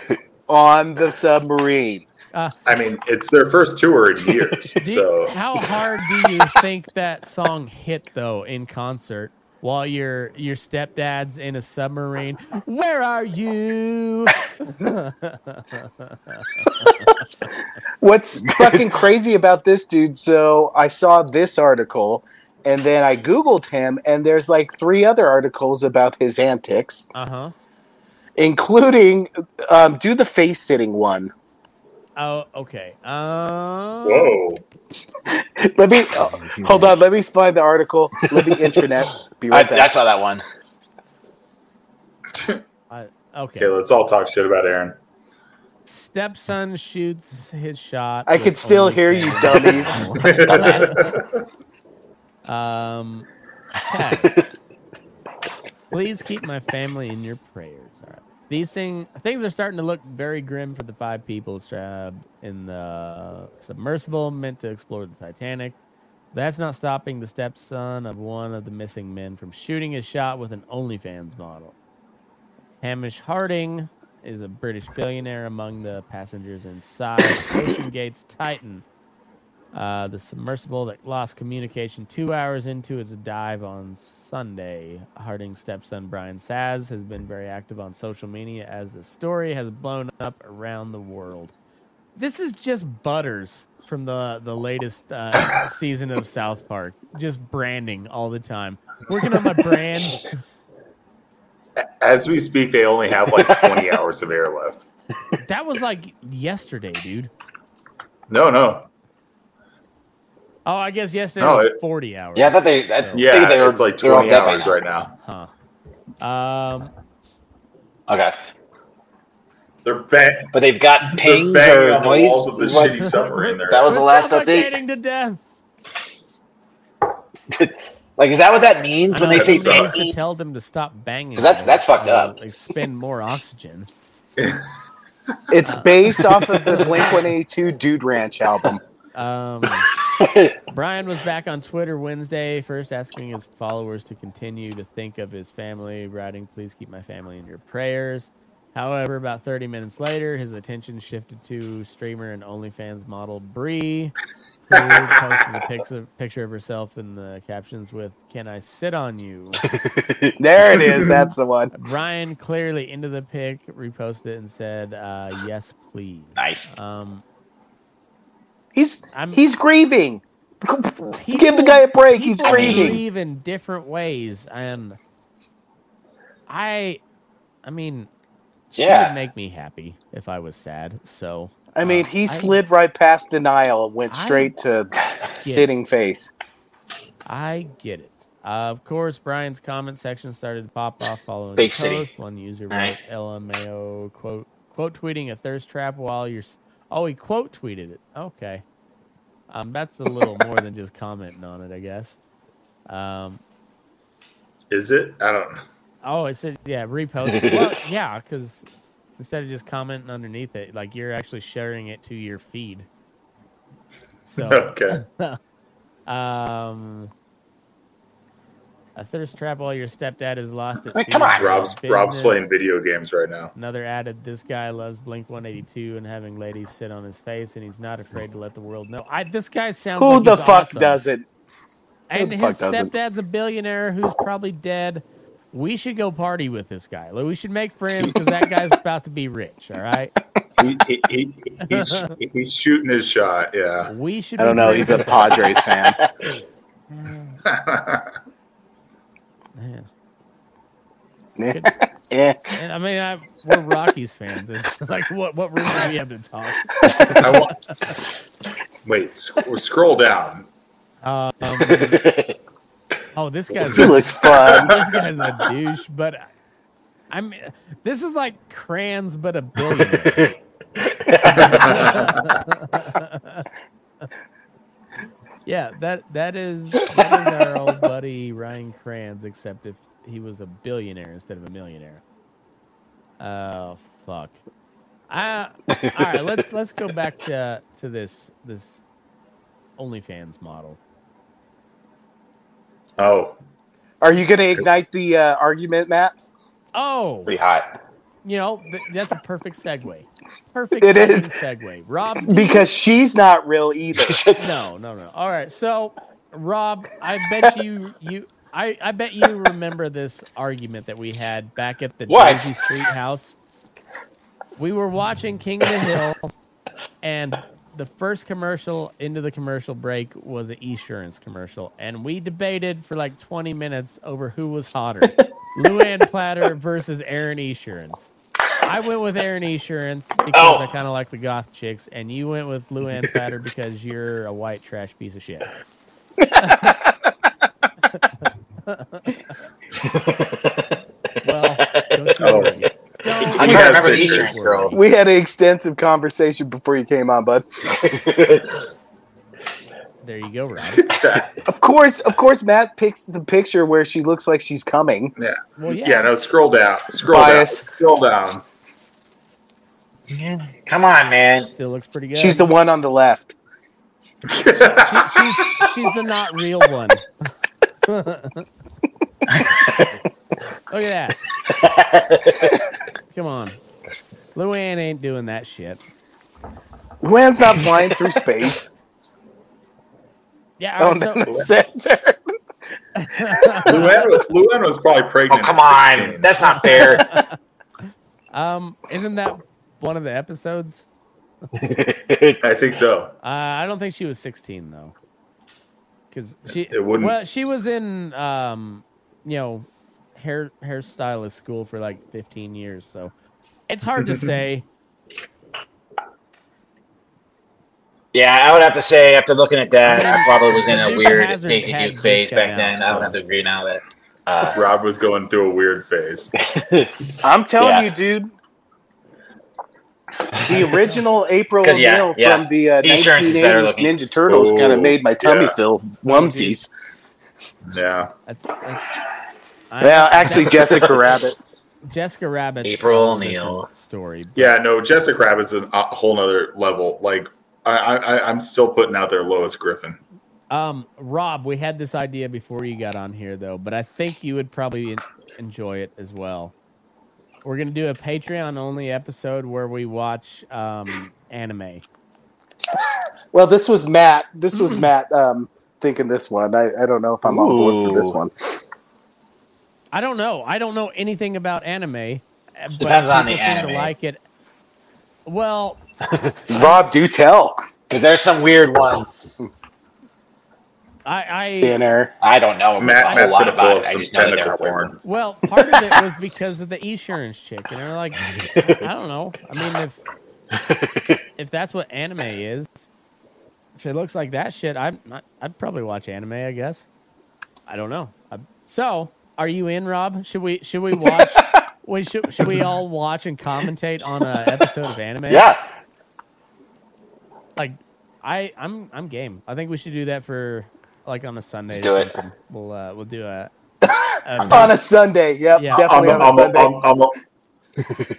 E: on the submarine.
F: I mean, it's their first tour in years. so
D: How hard do you think that song hit though in concert? While your your stepdad's in a submarine, where are you?
E: What's fucking crazy about this dude? So I saw this article and then I Googled him, and there's like three other articles about his antics,
D: uh huh.
E: including um, do the face sitting one.
D: Oh, okay. Um,
E: Whoa. Let me oh, hold on. Let me find the article. Let me intranet. Be right
M: I-
E: back.
M: I saw that one.
D: I- okay.
F: okay, let's all talk shit about Aaron.
D: Stepson shoots his shot.
E: I
D: with
E: could still hear you,
D: OnlyFans. um, Ted, please keep my family in your prayers. All right. These thing, things are starting to look very grim for the five people trapped in the submersible meant to explore the Titanic. That's not stopping the stepson of one of the missing men from shooting his shot with an OnlyFans model. Hamish Harding is a British billionaire among the passengers inside Ocean Gates Titan, uh, the submersible that lost communication two hours into its dive on Sunday. Harding's stepson Brian Saz has been very active on social media as the story has blown up around the world. This is just Butters from the the latest uh, season of South Park, just branding all the time. Working on my brand.
F: As we speak, they only have like 20 hours of air left.
D: That was like yesterday, dude.
F: No, no,
D: Oh, I guess yesterday
F: no.
D: was
F: it-
D: forty hours. So-
F: yeah, it's like 20 hours right now.
D: Huh. Um.
M: Okay.
F: They're bang-
M: But they've got pings
F: banging
M: or
F: on the
M: noise.
F: walls of the
M: is what-
F: shitty submarine they're
M: that was
F: in.
M: the last update.
D: Suffocating to death.
M: Like, is that what that means when
D: I
M: they
D: know,
M: say
D: it's nice to
M: ping?
D: tell them to stop banging,
M: 'Cause that's-
D: on it.
M: that's fucked
D: Uh,
M: up.
D: Expend more oxygen.
E: It's based off of the Blink 182 Dude Ranch album.
D: Um, Brian was back on Twitter Wednesday, first asking his followers to continue to think of his family, writing, Please keep my family in your prayers. However, about 30 minutes later, his attention shifted to streamer and OnlyFans model Bree, who posted a picture, picture of herself in the captions with, Can I sit on you?
E: there it is. That's the one.
D: Brian clearly into the pic, reposted it and said, uh, Yes, please. Nice. Um,
E: He's he's grieving. Give the guy a break. He's
D: people
E: grieving.
D: Grieve in different ways, and I, I mean, she
E: Yeah.
D: would make me happy if I was sad. So
E: I mean,
D: uh,
E: he
D: I-
E: slid right past denial and went
D: I
E: straight to sitting face.
D: I get it. Uh, of course, Brian's comment section started to pop off following
M: Big
D: the
M: city.
D: post. One user
M: All right.
D: wrote LMAO quote quote tweeting a thirst trap while you're. s- Oh, he quote tweeted it. Okay, um, that's a little more than just commenting on it, I guess. Um,
F: Is it? I don't know.
D: Oh, it said yeah, repost. it. well, yeah, because instead of just commenting underneath it, like you're actually sharing it to your feed. So
F: Okay.
D: um, A thirst trap while your stepdad is lost at
F: I mean,
D: sea
F: come on.
D: is
F: Rob's- Rob's
D: business.
F: playing video games right now.
D: Another added, this guy loves Blink 182 and having ladies sit on his face, and he's not afraid to let the world know. I this guy sounds
E: Who
D: like
E: the
D: he's
E: fuck
D: awesome.
E: doesn't? Who
D: And
E: the
D: his
E: fuck doesn't?
D: stepdad's a billionaire who's probably dead. We should go party with this guy. Like, we should make friends because that guy's about to be rich. All right.
F: He, he, he, he's, he's shooting his shot. Yeah.
D: We should.
E: I don't know. He's a Padres fan.
D: Good.
E: yeah.
D: And, I mean, I, we're Rockies fans. It's like, what what room do we have to talk?
F: I wa- Wait, sc- scroll down.
D: Um, oh, this guy's
F: He looks fun.
D: This guy's a douche, but I- I mean, this is like crayons, but a billionaire. yeah, that that is that is our old buddy Ryan Crayons, except if he was a billionaire instead of a millionaire. Oh fuck! I, all right, let's let's go back to to this this OnlyFans model.
F: Oh.
E: Are you going to ignite the uh, argument, Matt?
D: Oh,
M: Pretty hot.
D: you know th- that's a perfect segue. Perfect
E: It
D: fucking
E: is.
D: segue, Rob.
E: Because she's not real either.
D: no, no, no. All right, so Rob, I bet you you. I, I bet you remember this argument that we had back at the
M: What?
D: Daisy Street house. We were watching King of the Hill, and the first commercial into the commercial break was an insurance commercial, and we debated for like 20 minutes over who was hotter, Luann Platter versus Aaron Esurance. I went with Aaron Esurance because
M: Oh.
D: I kind of like the goth chicks, and you went with Luann Platter because you're a white trash piece of shit. well, don't you
M: Oh.
D: worry. Don't
M: I
D: you
M: can't remember
D: worry.
M: the insurance girl.
E: We had an extensive conversation before you came on, bud.
D: There you go, Rob.
E: of course, of course, Matt picks the picture where she looks like she's coming.
F: Yeah.
D: Well,
F: yeah. no, scroll down. Scroll
E: Bias.
F: down. Scroll down.
M: Come on, man.
D: Still looks pretty good.
E: She's the one on the left.
D: she's she's the not real one. Look at that. Come on. Luann ain't doing that shit.
E: Luann's not flying through space.
D: Yeah, I
E: Oh,
D: was
E: no,
D: so-
E: no, censor.
F: Luann was, Luann was probably pregnant.
M: Oh, come
F: at
M: on.
F: 16.
M: That's not fair.
D: um, isn't that one of the episodes?
F: I think so.
D: Uh, I don't think she was 16 though. Cuz she
F: It wouldn't-
D: Well, she was in um, you know, hair hairstylist school for like 15 years, so it's hard to say.
M: Yeah, I would have to say after looking at that, I probably was in
D: The
M: a
D: Duke
M: weird
D: Hazard
M: Daisy
D: had
M: Duke phase
D: Duke
M: back
D: out,
M: then. I would
D: so-
M: have to agree now that uh,
F: Rob was going through a weird phase.
E: I'm telling
M: Yeah.
E: you, dude. The original April
M: 'Cause,
E: O'Neil
M: yeah, yeah.
E: from the uh,
M: Insurance is better
E: 1980s
M: looking.
E: Ninja Turtles kind
F: Ooh,
E: of made my tummy
F: yeah.
E: feel wumsies.
F: Yeah.
D: That's, that's I-
E: Well, actually,
D: that's-
E: Jessica Rabbit.
D: Jessica Rabbit.
M: April O'Neil.
D: story.
F: Yeah, no, Jessica Rabbit's a a whole nother level. Like, I, I, I- I'm still putting out there Lois Griffin.
D: Um, Rob, we had this idea before you got on here, though, but I think you would probably en- enjoy it as well. We're gonna do a Patreon only episode where we watch um, anime.
E: Well, this was Matt. This was Matt um, thinking this one. I, I don't know if I'm on board for this
M: Ooh.
E: one.
D: I don't know. I don't know anything about anime. uh, But
M: Depends on the
D: people seem to
M: anime.
D: like it. Well,
E: Rob, do tell.
M: because there's some weird ones.
D: I, I
E: Thinner.
M: I don't know
F: Matt,
M: a whole
F: Matt's
M: lot
F: going to pull
M: about
F: up
M: it. I
F: some
M: just know they're
F: tentacle
M: weird.
F: porn.
D: well, part of it was because of the insurance chick, and they're like, I don't know. I mean, if if that's what anime is, if it looks like that shit, I'm not, I'd probably watch anime. I guess. I don't know. I, so, are you in, Rob? Should we should we watch? we should should we all watch and commentate on an episode of anime?
M: Yeah.
D: Like, I I'm I'm game. I think we should do that for like on a Sunday.
M: Let's
D: or
M: do it.
D: something. We'll uh, we'll do a.
E: On a Sunday. Yep,
D: Yeah.
E: definitely on
F: I'm a-
E: a
F: I'm a-
E: Sunday.
F: I'm- I'm a-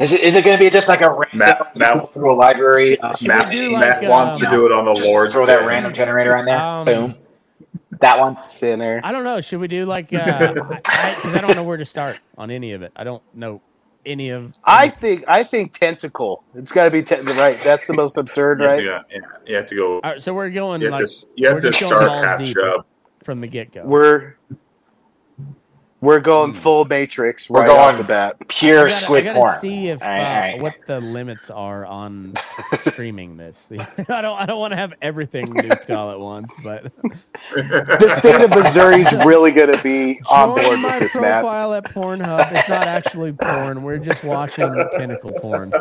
M: Is it, is it going to be just like a random
F: Matt- Matt-
M: through a library? Uh,
D: Should we
F: Matt,
D: do
F: Matt
D: like,
F: wants
D: um,
F: to do it on the
M: just
F: Lord's
M: throw that
F: Day.
M: random generator on there.
D: Um,
M: Boom. That one.
E: Sinner.
D: I don't know. Should we do like? Uh, I, 'cause I don't know where to start on any of it. I don't know any of.
E: I think I think tentacle. It's got to be ten- right. That's the most absurd,
F: You have
E: right?
F: to, go- yeah, you have to go.
D: All right, so we're going.
F: You have
D: like,
F: to, s- you have
D: we're
F: to
D: just going
F: start
D: balls
F: half
D: deep
F: chub.
D: from the get go.
E: We're we're going full Matrix.
M: We're
E: right
M: going
E: off the bat.
M: pure
D: I gotta see if
M: All right,
D: uh,
M: all right.
D: what the limits are on streaming this. I don't. I don't want to have everything nuked all at once, but
E: The state of Missouri's really going to be on board
D: my
E: with this, Matt.
D: profile at Pornhub. It's not actually porn. We're just watching tentacle porn.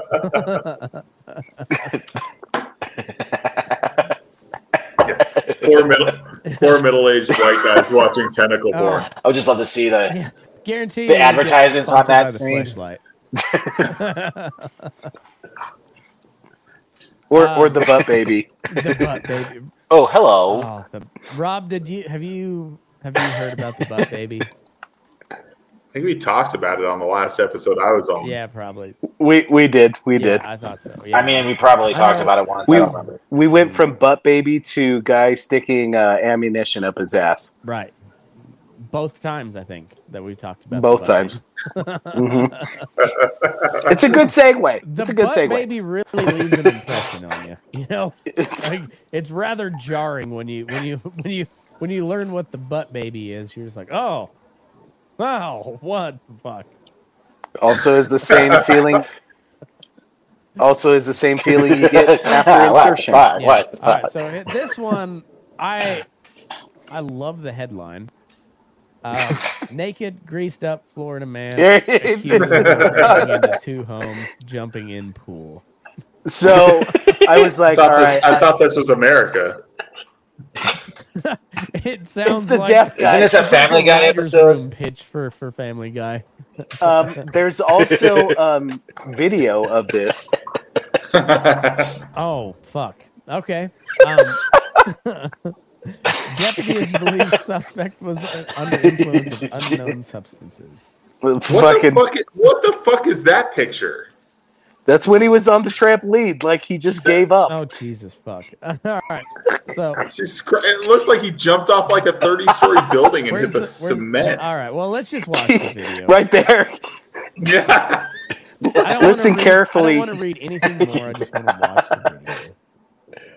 F: Four middle, four middle-aged white guys watching tentacle porn.
M: I would just love to see the
D: Guarantee
M: the advertisements on that screen.
D: flashlight.
E: Or
D: Um,
E: or the butt baby.
D: the butt baby.
E: Oh, hello.
D: Oh, the, Rob, did you have you have you heard about the butt baby?
F: I think we talked about it on the last episode I was on.
D: Yeah, probably.
E: We we did we did.
D: I thought so.
M: I mean, we probably talked about it once. I
E: We
M: don't remember.
E: we went from butt baby to guy sticking uh, ammunition up his ass.
D: Right. Both times, I think that we talked about the
E: Both
D: butt
E: times. Mm-hmm.
D: baby.
E: It's a good segue.
D: The
E: It's a good
D: butt
E: segue.
D: baby really leaves an impression on you. You know, like, it's rather jarring when you when you when you when you learn what the butt baby is. You're just like, oh, wow, what the fuck?
E: Also, is the same feeling. Also, is the same feeling you get after
M: What?
E: insertion.
M: What? What?
D: All right, so hit this one, I I love the headline. Uh, naked, greased up Florida man
E: Yeah,
D: accused of
E: it's-
D: breaking into two homes, jumping in pool.
E: So I was like,
F: I
E: all
F: thought,
E: right.
F: this, I thought this was America.
D: It sounds
E: the
D: like
E: Deaf Guy. Isn't this a
D: it's like
E: Family Guy
D: writer's
E: episode?
D: room pitch for for Family Guy.
E: um, there's also um, video of this.
D: Oh fuck. Okay. Um, deputy is believed suspect was uh, under influence of unknown substances.
E: With
F: What the
E: fucking-
F: fuck? i- What the fuck is that picture?
E: That's when he was on the trampoline. Like he just gave up.
D: Oh Jesus fuck! All right. So
F: Jesus Christ, it looks like he jumped off like a thirty-story building and hit the, cement.
D: all right. Well, let's just watch the video.
E: Right there.
F: Yeah.
D: I don't wanna
E: Listen
D: read-
E: carefully.
D: I don't want to read anything more. I just want to watch the video.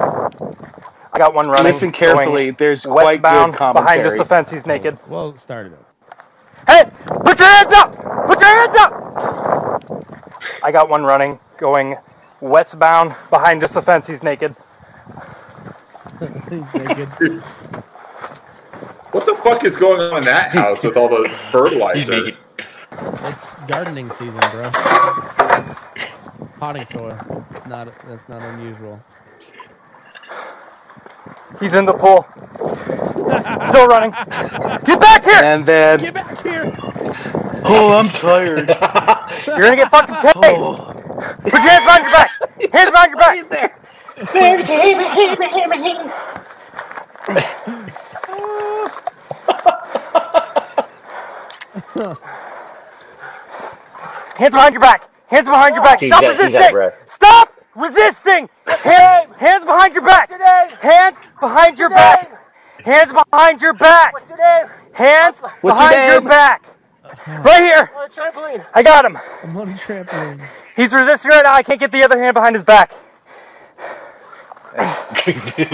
N: I got one running.
E: Listen carefully.
N: going
E: There's quite
N: westbound
E: good
N: behind
E: commentary.
N: just the fence. He's naked.
D: Well, start it up.
N: Hey, put your hands up! Put your hands up! I got one running, going westbound behind just the fence. He's naked.
F: What the fuck is going on in that house with all the fertilizer?
D: It's gardening season, bro. Potting soil. It's not. That's not unusual.
N: He's in the pool. Still running. Get back here!
E: And then,
D: Get back here!
E: oh, I'm tired. Oh.
N: You're gonna get fucking tased. Put your hands behind your back. Hands behind your back. Hands behind your back. Hands behind your back.
M: He's
N: Stop
M: out- he's out of
N: resisting.
M: breath.
N: Stop resisting. Ha- Hands behind your back. Hands behind your back. Hands behind your back. What's your name? Hands
E: What's your
N: behind your
E: name?
N: back. Right here. I got him.
D: I'm on a trampoline.
N: He's resisting right now. I can't get the other hand behind his back.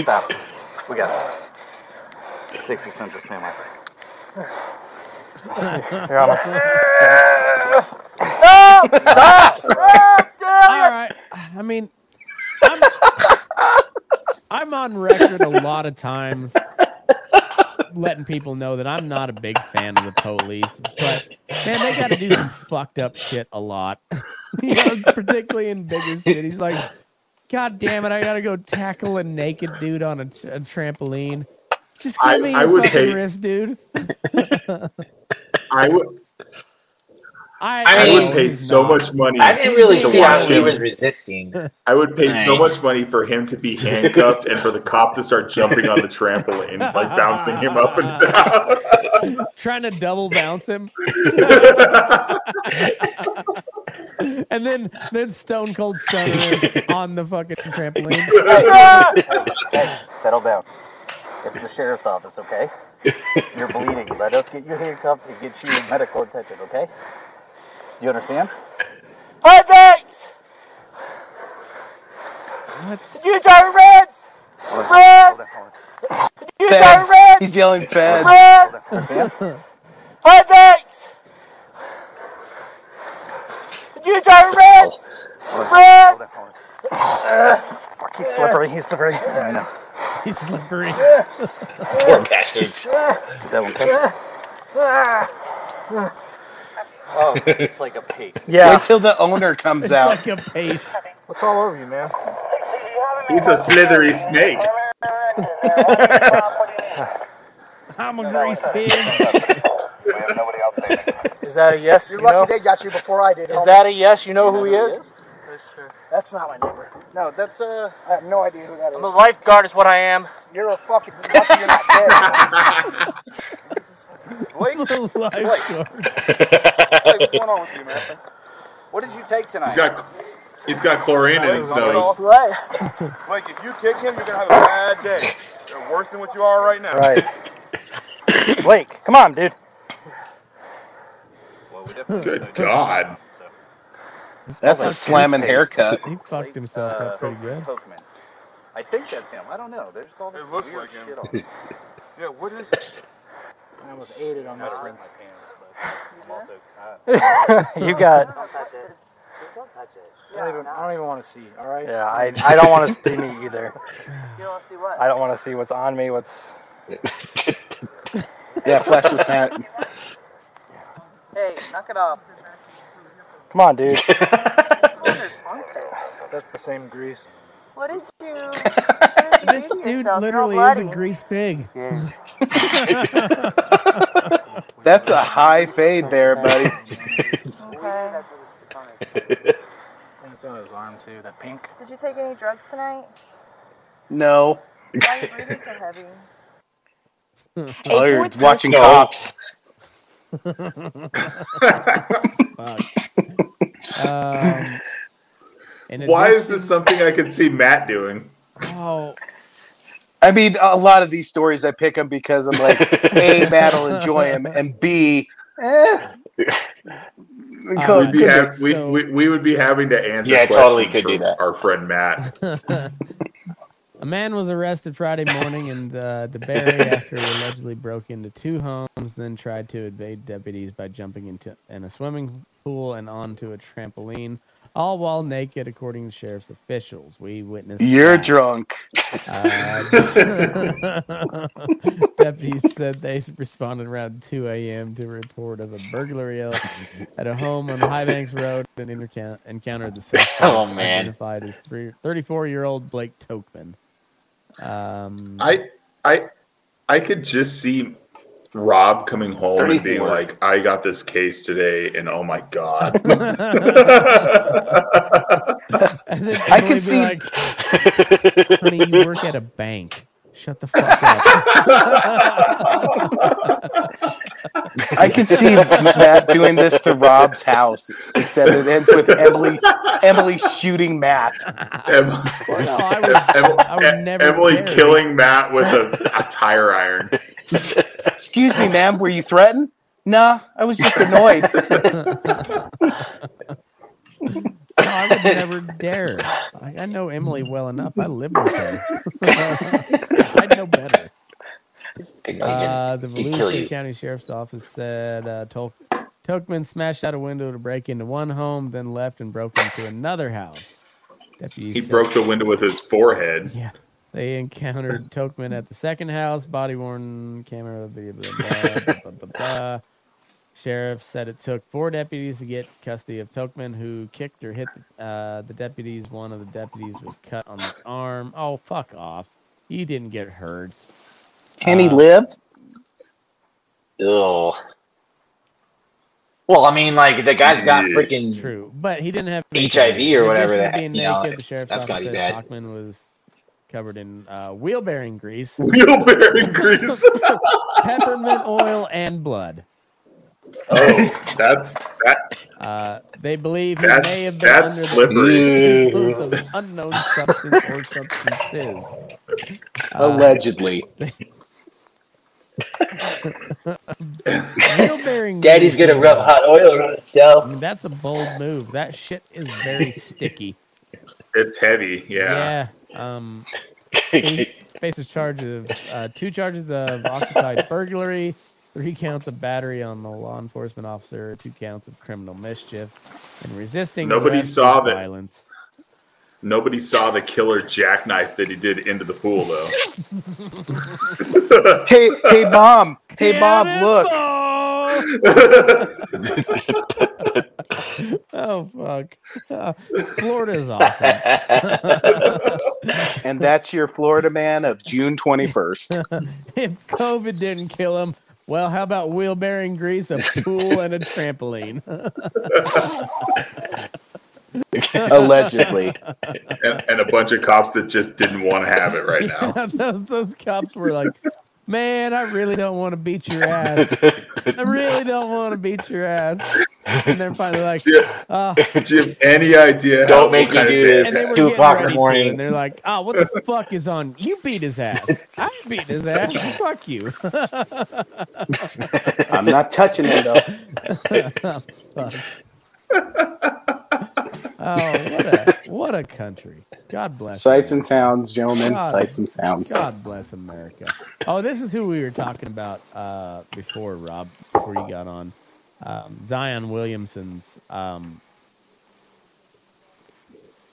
K: Stop. We got it. six essential stand my
N: You're on No! Stop!
D: All right. I mean, I'm, I'm on record a lot of times letting people know that I'm not a big fan of the police, but man, they got to do some fucked up shit a lot, you know, particularly in bigger cities. Like, god damn it, I got to go tackle a naked dude on a, t- a trampoline. Just give
F: I-
D: me
F: I
D: your
F: would
D: fucking
F: hate-
D: wrist, dude.
F: I would.
D: I,
F: I,
M: mean,
F: would pay
M: he's
F: so
M: not.
F: much money.
M: I didn't really
F: to
M: see how
F: watch
M: he
F: him.
M: was resisting.
F: I would pay so
M: Right.
F: much money for him to be handcuffed and for the cop to start jumping on the trampoline, like bouncing him up and down.
D: trying to double bounce him. and then then Stone Cold Stunner on the fucking trampoline.
N: Settle down.
K: It's the sheriff's office, okay? You're bleeding. Let us get you handcuffed and get you medical attention, okay? You understand?
R: Hey, Bates!
D: What?
R: You turn red! Red! You turn red!
E: He's yelling fed.
R: Red! Hey, Bates! You turn red! Red!
N: Fuck, he's slippery. He's slippery. I know.
D: He's slippery.
M: Poor bastards.
K: That one Oh, it's like a paste.
E: Wait till the owner comes out.
D: like a paste.
N: What's all over you, man?
F: He's a slithery snake.
D: I'm a grease pig.
N: Is that a yes?
S: You're
N: you
S: lucky
N: know?
S: they got you before I did.
N: Is that a yes? You know who he is?
S: That's not my neighbor. No, that's uh. I have no idea who that is.
N: I'm a lifeguard, is what I am.
S: You're a fucking lucky you're not dead.
K: Blake?
D: Blake? Blake,
K: what's going on with you, man? What did you take tonight?
F: He's got he's got chlorine in his nose.
T: Blake, if you kick him, you're gonna have a bad day. You're worse than what you are right now.
N: Right. Blake, come on, dude.
F: Good God.
E: That's a slamming haircut.
D: He fucked himself up pretty good.
K: Hokeman. I think that's him. I don't know. There's all this
T: It looks
K: weird
T: like him.
K: shit on.
T: Yeah, what is it?
S: I was aided on this one.
N: you got.
S: Don't touch it. Just don't touch it. I don't even, I don't even want to see. All right.
N: Yeah, I, I don't want to see me either.
S: You don't want to see what?
N: I don't want to see what's on me. What's
E: Yeah, flash the sound.
R: Hey, knock it off.
N: come on, dude?
S: That's the same grease.
R: What is you?
D: This dude literally is a grease pig.
E: That's a high fade there, buddy.
S: I think it's on his arm too. That pink.
R: Did you take any drugs tonight?
E: No.
R: Why are you breathing so heavy?
E: Oh, you're watching cops.
D: Fuck. Um, and it
F: Why
D: looks-
F: is this something I could see Matt doing?
D: Oh,
E: I mean, a lot of these stories I pick them because I'm like, A, Matt will enjoy them, and B, eh.
D: Uh,
F: We'd be
E: could
F: ha-
D: be.
F: we,
D: So-
F: we, we would be having to answer
M: Yeah, I
F: questions
M: totally could
F: for
M: do that.
F: our friend Matt.
D: A man was arrested Friday morning in uh, DeBerry after he allegedly broke into two homes, then tried to evade deputies by jumping into in a swimming pool and onto a trampoline, all while naked, according to sheriff's officials. We witnessed.
E: You're
D: that.
E: drunk.
D: Um, Uh, deputies said they responded around 2 a.m. to a report of a burglary at a home on High Banks Road and intercou- encountered the suspect
M: Oh, man.
D: identified as 34-year-old Blake Tokman. Um,
F: I I I could just see Rob coming home and being
M: 34.
F: like, "I got this case today," and oh my god,
D: and then
E: I
D: Emily
E: can
D: be
E: see-
D: Like, Honey, you work at a bank. Shut the fuck up.
E: I can see Matt doing this to Rob's house, except it ends with Emily Emily shooting Matt.
F: Em-
D: no, I
F: Em-
D: would, I would
F: Em-
D: never
F: Emily
D: dare.
F: killing Matt with a, a tire iron.
E: Excuse me, ma'am, were you threatened? Nah, I was just annoyed.
D: No, I would never dare. Like, I know Emily well enough. I live with her. I know better. Uh, the
M: He'd kill
D: Volusia
M: you.
D: County Sheriff's Office said uh, Tol- Tokman smashed out a window to break into one home, then left and broke into another house. Deputies
F: He
D: said-
F: broke the window with his forehead.
D: Yeah. They encountered Tokman at the second house, body worn camera, blah, blah, blah, blah, blah, blah. Sheriff said it took four deputies to get custody of Tokman, who kicked or hit uh, the deputies. One of the deputies was cut on the arm. Oh, fuck off. You didn't get hurt.
E: Can he
D: Uh,
E: live?
M: Ugh. Well, I mean, like the guy's got
F: Yeah.
M: freaking
D: True, but he didn't have
M: HIV or
D: In
M: whatever
D: addition to
M: that-
D: Being
M: you know,
D: naked, the sheriff's
M: that's
D: office
M: gotta be
D: said
M: bad.
D: Tokman was covered in uh, wheel bearing grease,
F: Wheelbarrow grease.
D: peppermint oil, and blood.
F: Oh, that's that.
D: Uh, they believe he
F: That's-
D: may have been
F: that's
D: under
F: slippery.
D: the influence of an unknown substance or substances. Uh,
E: Allegedly.
D: Wheel bearing
M: Daddy's
D: moves
M: gonna rub
D: are-
M: hot oil on himself.
D: I mean, that's a bold move. That shit is very sticky.
F: It's heavy. Yeah.
D: Yeah. Um, he faces charges of uh, two charges of occupied burglary, three counts of battery on the law enforcement officer, two counts of criminal mischief, and resisting.
F: Nobody
D: arrest
F: saw
D: and
F: that.
D: Violence.
F: Nobody saw the killer jackknife that he did into the pool, though.
E: hey, hey, mom. Hey, mom, look.
D: Oh fuck! Uh, Florida's awesome.
E: and that's your Florida man of June 21st.
D: if COVID didn't kill him, well, how about wheel bearing grease, a pool, and a trampoline?
E: Allegedly.
F: and, and a bunch of cops that just didn't want to have it right now.
D: those, those cops were like, "Man, I really don't want to beat your ass. I really don't want to beat your ass." And they're finally like, "Ah."
F: Do you have any idea? how-
M: Don't make
F: what
M: me
F: kind
M: do
F: of
M: this
F: taste
M: at
F: that-
M: two o'clock in
D: morning.
M: the morning.
D: And they're like, "Oh, what the fuck is on? You beat his ass. I beat his ass. Fuck you."
E: I'm not touching it,
D: oh,
E: though.
D: what a what a country! God bless.
E: Sights and sounds, gentlemen.
D: God-
E: Sights and sounds.
D: God bless America. Oh, this is who we were talking about uh, before, Rob, before you got on. Um, Zion Williamson's. Um,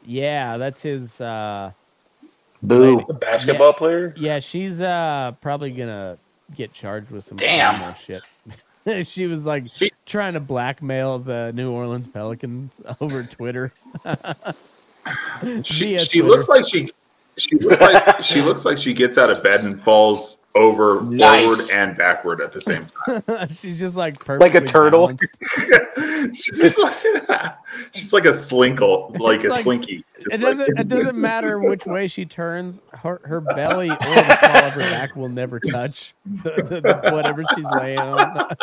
D: yeah, that's his. Uh,
E: Boo.
D: lady-
E: The basketball
D: Yeah,
E: player?
D: Yeah, she's uh, probably going to get charged with some
M: Damn.
D: criminal shit. she was like trying to blackmail the New Orleans Pelicans over Twitter.
F: She,
D: Via
F: she
D: Twitter.
F: looks like she she looks like she looks like she gets out of bed and falls over
D: Nice.
F: forward and backward at the same time.
D: she's just like perfectly
F: Like a turtle?
D: balanced.
F: She's like, she's like a slinkle, like
D: It's
F: a
D: like-
F: slinky. Just
D: It
F: like-
D: doesn't. It doesn't matter which way she turns. Her her belly or the small of her back will never touch the, the, the- whatever she's laying on.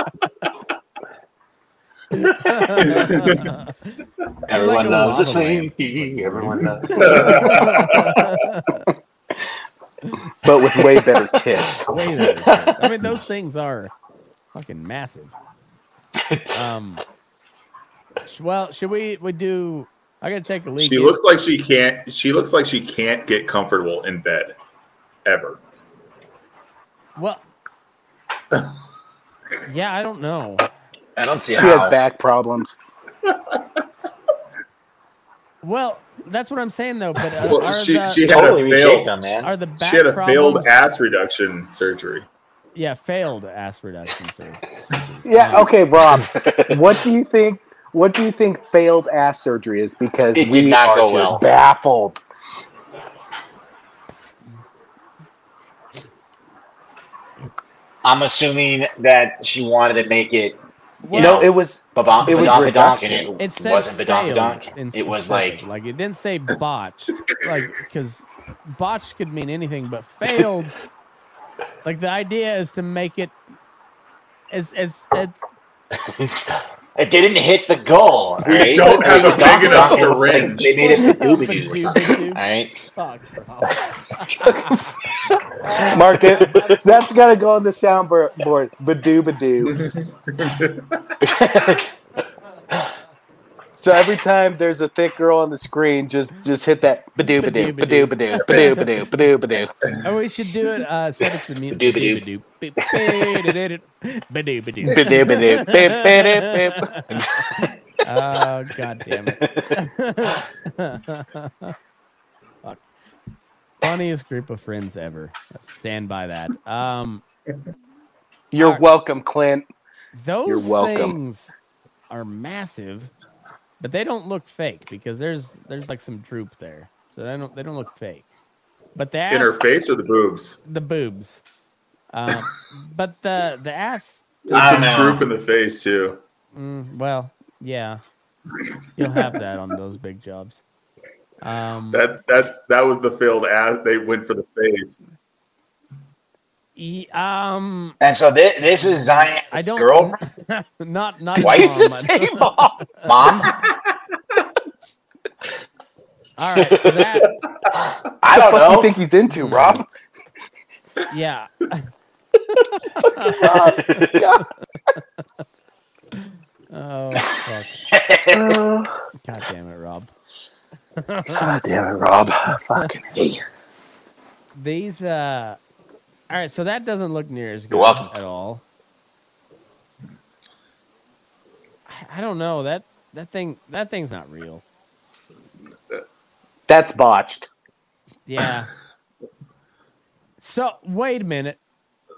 M: Everyone knows the same
D: thing.
M: Everyone knows.
E: But with way better tits.
D: Way better tits. I mean, those things are fucking massive. Um. sh- Well, should we we do? I gotta take a leak.
F: she looks like she can't. She looks like she can't get comfortable in bed, ever.
D: Well. Yeah, I don't know.
M: I don't see
E: She
M: how.
E: has back problems.
D: Well, that's what I'm saying though. But uh,
F: Well,
D: are
F: she,
D: the,
F: she had a failed,
D: Are the back
F: she had a failed
D: problems-
F: ass reduction surgery.
D: Yeah, failed ass reduction surgery.
E: Yeah,
M: Um,
E: okay, Rob. what do you think? What do you think failed ass surgery is? Because
M: It did
E: we
M: not
E: are
M: go
E: just
M: well.
E: baffled.
M: I'm assuming that she wanted to make it.
E: Well- No, it was-
M: Badon-
E: it was
M: badonkadonk, and
E: reduction.
M: it,
D: It said
M: wasn't
D: failed
M: badonkadonk.
D: in
M: It was
D: specific.
M: like
D: like it didn't say botch, like because botch could mean anything, but failed. like the idea is to make it. It's it's it's
M: it didn't hit the goal.
D: We
M: right?
D: don't
M: It was
D: have a big enough
M: badonkadonk, and, like,
F: syringe.
M: They made it
D: Badoobadoo.
M: badoobadoo or something. All right.
D: fuck. bro.
E: Mark it. That's gotta go on the soundboard. Badoo badoo. so every time there's a thick girl on the screen, just just hit that badoo badoo badoo badoo badoo badoo badoo badoo.
D: Oh, we should do it. Uh, set it to the mute.
E: Badoo-badoo.
D: Beep, ba-da-da-da. Ba-doo-ba-doo.
E: Ba-doo-ba-doo. Beep, beep, beep.
D: Oh god damn it. Fuck. Funniest group of friends ever. Stand by that. Um
E: You're welcome, Clint.
D: those
E: You're welcome.
D: things are massive, but they don't look fake because there's there's like some droop there. So they don't they don't look fake. But the
F: In her
D: ass,
F: face or the boobs?
D: the boobs. Um, but the the ass
F: There's
D: I
F: some
D: don't know.
F: droop in the face too.
D: Mm, well, yeah. You'll have that on those big jobs. Um,
F: That that that was the failed ass. They went for the face.
D: Ye- Um,
M: And so thi- this is Zion's
D: I don't,
M: girlfriend?
D: Not not
M: Why
D: mom,
M: you just
D: but-
M: say mom? Mom?
D: All right, so that
M: I don't
E: what do
M: know.
E: you think he's into, Rob?
D: yeah. oh fuck! God damn it, Rob!
E: God damn it, Rob. Fucking A.
D: These uh, all right. So that doesn't look near as good
M: welcome.
D: at all. I, I don't know that that thing that thing's not real.
E: That's botched.
D: Yeah. So wait a minute.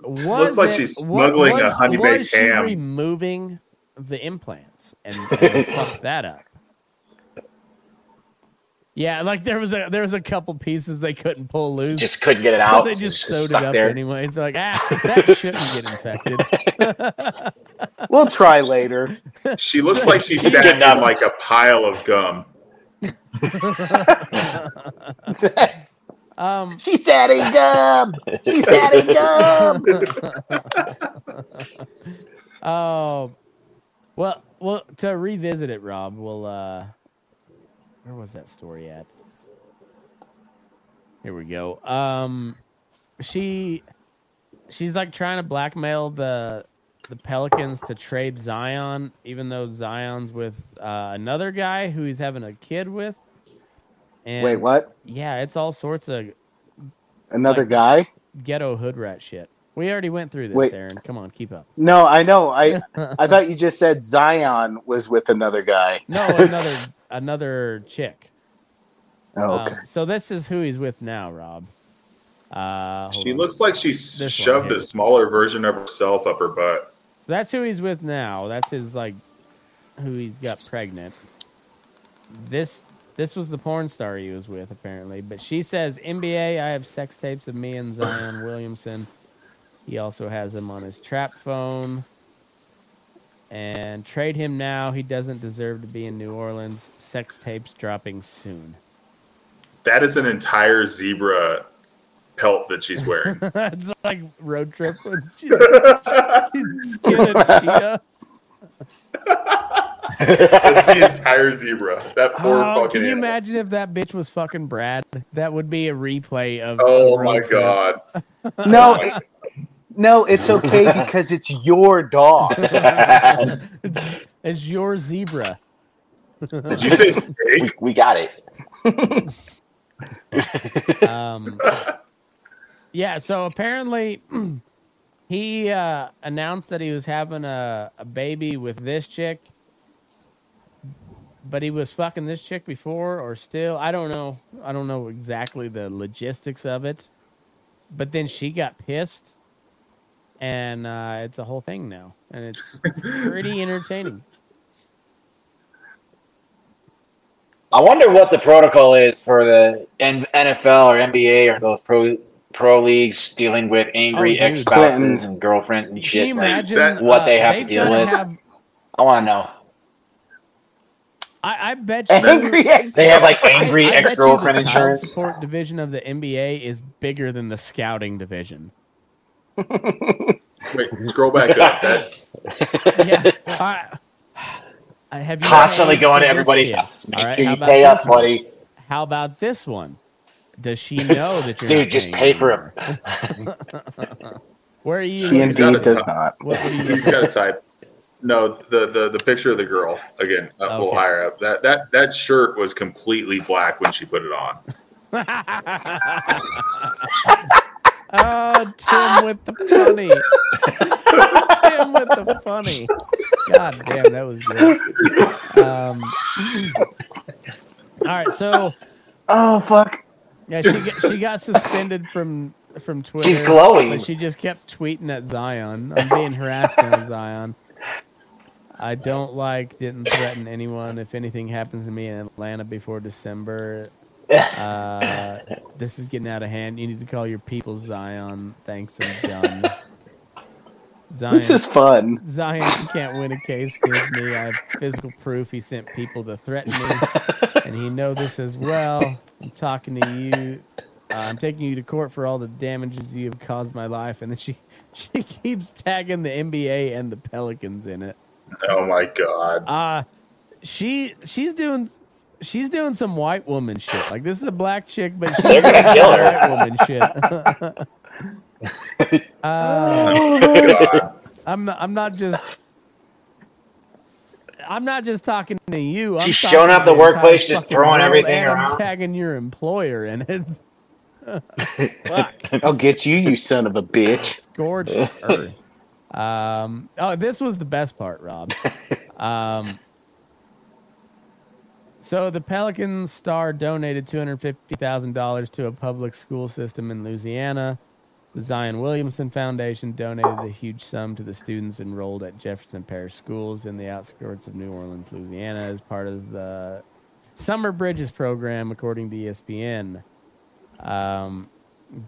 D: Was
F: Looks like
D: it-
F: she's
D: wa-
F: smuggling a
D: was-
F: honey
D: was
F: baked
D: she
F: ham.
D: Removing the implants and, and fucked that up. Yeah, like there was a there was a couple pieces they couldn't pull loose.
M: Just couldn't get it
D: so
M: out.
D: They
M: It's
D: just
M: just
D: sewed it
M: stuck
D: up
M: there.
D: anyways. They're like, ah, that shouldn't get infected.
E: We'll try later.
F: She looks like she
E: He's
F: sat
E: getting
F: in like a pile of gum.
D: Um,
R: She's adding gum. She's adding gum.
D: Oh, well, well. To revisit it, Rob, we'll. uh Where was that story at? Here we go. Um, she, she's like trying to blackmail the the Pelicans to trade Zion, even though Zion's with uh, another guy who he's having a kid with. And
E: Wait, what?
D: Yeah, it's all sorts of
E: Another guy?
D: ghetto hood rat shit. We already went through this,
E: Wait.
D: Aaron. Come on, keep up.
E: No, I know. I I thought you just said Zion was with another guy.
D: No, another another chick.
E: Oh, okay.
D: Um, so this is who he's with now, Rob. Uh, hold
F: She
D: on.
F: looks like she
D: one
F: shoved
D: here.
F: a smaller version of herself up her butt.
D: So that's who he's with now. That's his like, who he's got pregnant. This this was the porn star he was with apparently, but she says NBA. I have sex tapes of me and Zion Williamson. He also has him on his trap phone. And trade him now. He doesn't deserve to be in New Orleans. Sex tapes dropping soon.
F: That is an entire zebra pelt that she's wearing.
D: it's like road trip when she, she's skinning a cheetah.
F: That's the entire zebra. That poor
D: Oh,
F: fucking
D: can you
F: animal.
D: imagine if that bitch was fucking Brad? That would be a replay of.
F: Oh
D: Road
F: my
D: Trip.
F: god.
E: No, it- no, it's okay because it's your dog.
D: It's your zebra.
F: Did you say
M: we, we got it.
D: um, yeah, so apparently he uh, announced that he was having a, a baby with this chick, but he was fucking this chick before or still. I don't know. I don't know exactly the logistics of it. But then she got pissed, and uh, it's a whole thing now. And it's pretty entertaining.
M: I wonder what the protocol is for the N- NFL or NBA or those pro pro leagues dealing with
D: Oh,
M: angry
D: dude.
M: ex spouses
D: Clinton.
M: and girlfriends and
D: Can
M: shit.
D: you
M: like,
D: imagine
M: what
D: uh,
M: they have to
D: they've
M: deal
D: gotta
M: with?
D: have-
M: I want to know.
D: I, I bet you
M: Angry ex- They have, like, angry
D: I- I bet you the
M: ex-girlfriend
D: child
M: insurance.
D: support division of the NBA is bigger than the scouting division.
F: Wait, scroll back up. That
D: Yeah, I, I- have you
M: Constantly
D: paid
M: going
D: for
M: to
D: this
M: everybody's
D: kid?
M: house. Make
D: All right,
M: sure
D: how
M: you
D: about
M: pay
D: this
M: up,
D: one?
M: buddy.
D: How about this one? Does she know that you're
M: Dude,
D: not
M: just
D: paying
M: pay for
D: anymore? Where are you?
E: She
D: looking?
E: indeed does
F: type.
E: not.
D: What are you
F: He's
D: looking
F: got a type. No, the, the the picture of the girl again a little
D: Okay.
F: higher up. That that that shirt was completely black when she put it on.
D: Oh, Tim with the funny. Tim with the funny. God damn, that was good. Um, all right, so
E: Oh fuck.
D: yeah, she got, she got suspended from from Twitter.
E: glowing.
D: But she just kept tweeting at Zion. I'm being harassed now, Zion. I don't like, didn't threaten anyone. If anything happens to me in Atlanta before December, uh, this is getting out of hand. You need to call your people, Zion. Thanks, I'm done. Zion,
E: This is fun.
D: Zion can't win a case against me. I have physical proof he sent people to threaten me, and he know this as well. I'm talking to you, Uh, I'm taking you to court for all the damages you have caused my life. And then she, she keeps tagging the NBA and the Pelicans in it.
F: Oh my god.
D: Uh she she's doing she's doing some white woman shit. Like this is a black chick, but she's
M: They're gonna
D: doing
M: kill
D: some
M: her.
D: white woman shit. uh,
M: God.
D: I'm not, I'm not just I'm not just talking to you. I'm
M: She's
D: talking
M: showing up
D: to
M: the
D: entire
M: workplace, just
D: fucking
M: throwing
D: world,
M: everything
D: and I'm
M: around.
D: tagging your employer in it.
E: I'll get you, you son of a bitch.
D: Gorgeous earth. Um, oh, this was the best part, Rob. Um, so the Pelican Star donated two hundred fifty thousand dollars to a public school system in Louisiana. The Zion Williamson Foundation donated a huge sum to the students enrolled at Jefferson Parish Schools in the outskirts of New Orleans, Louisiana, as part of the Summer Bridges program, according to E ESPN. Um,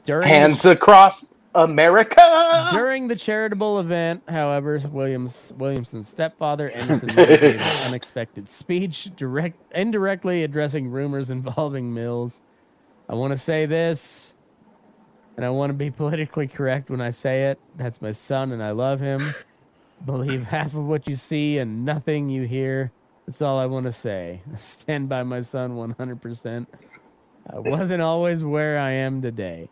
D: during
E: Hands across America.
D: during the charitable event, however, Williams Williamson's stepfather Anderson Miller gave an unexpected speech, direct indirectly addressing rumors involving Mills. I want to say this, and I want to be politically correct when I say it. That's my son, and I love him. Believe half of what you see and nothing you hear. That's all I want to say. Stand by my son 100%. I wasn't always where I am today.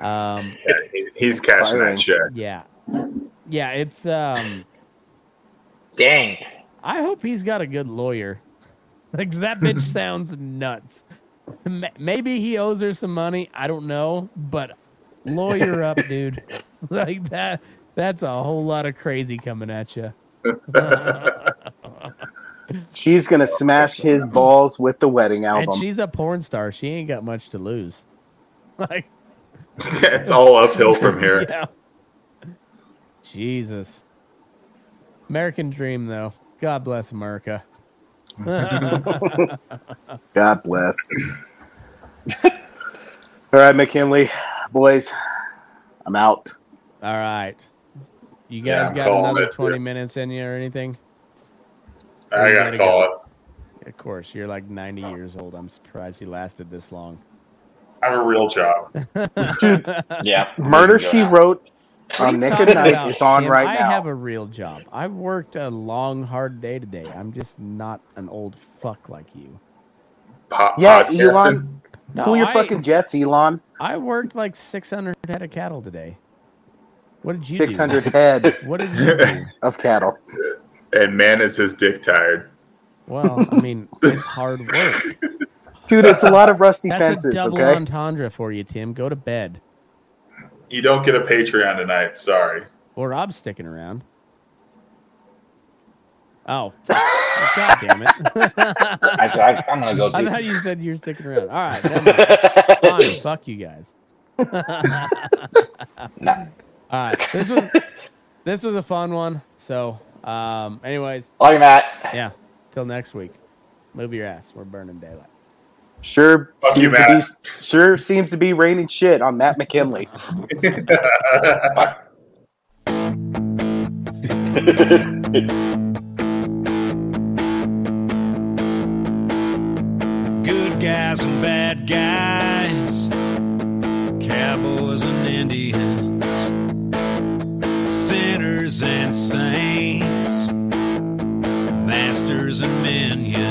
D: Um,
F: Yeah, he- he's cashing that check.
D: yeah. Yeah, it's um
M: Dang.
D: I hope he's got a good lawyer. Like 'cause that bitch sounds nuts. M- Maybe he owes her some money, I don't know, but lawyer up, dude. Like that that's a whole lot of crazy coming at you.
E: She's gonna smash his balls with the wedding
D: And
E: album.
D: she's a porn star. She ain't got much to lose. Like
F: it's all uphill from here.
D: Yeah. Jesus. American dream though. God bless America.
E: God bless. All right, McKinley, boys, I'm out.
D: All right. You guys
E: Yeah, I'm
D: got
E: calling
D: another
E: it.
D: 20 minutes in you or anything?
F: I
D: You
F: gotta
D: gotta
F: call
D: go. Of course, you're like 90 years old. I'm surprised you lasted this long.
F: I have a real job.
E: Dude,
M: yeah.
E: Murder She Wrote
D: What are
E: on
D: you
E: Nick
D: talking
E: at Night
D: about,
E: is on
D: Kim?
E: right
D: I
E: now.
D: have a real job. I worked a long, hard day today. I'm just not an old fuck like you.
F: Po-
E: yeah,
F: podcasting.
E: Elon,
D: No,
E: cool your
D: I-
E: fucking jets, Elon.
D: I worked like 600 head of cattle today. What did you do?
E: 600 head
D: What did you do?
E: of cattle.
F: And man, is his dick tired.
D: Well, I mean, it's hard work.
E: Dude, it's a lot of rusty
D: That's
E: fences,
D: a double
E: okay?
D: entendre for you, Tim. Go to bed.
F: You don't get a Patreon tonight. Sorry.
D: Well, Rob's sticking around. Oh, fuck. god damn it!
M: I, am gonna go.
D: I
M: Do-
D: thought you said you're sticking around. All right, never mind. Fine, fuck you guys. All right, this was this was a fun one. So, um, anyways,
M: Love you, Matt.
D: yeah, till next week. Move your ass. We're burning daylight.
E: Sure
F: Fuck you,
E: seems to be sure seems to be raining shit on Matt McKinley.
A: Good guys and bad guys, cowboys and Indians, sinners and saints, masters and minions.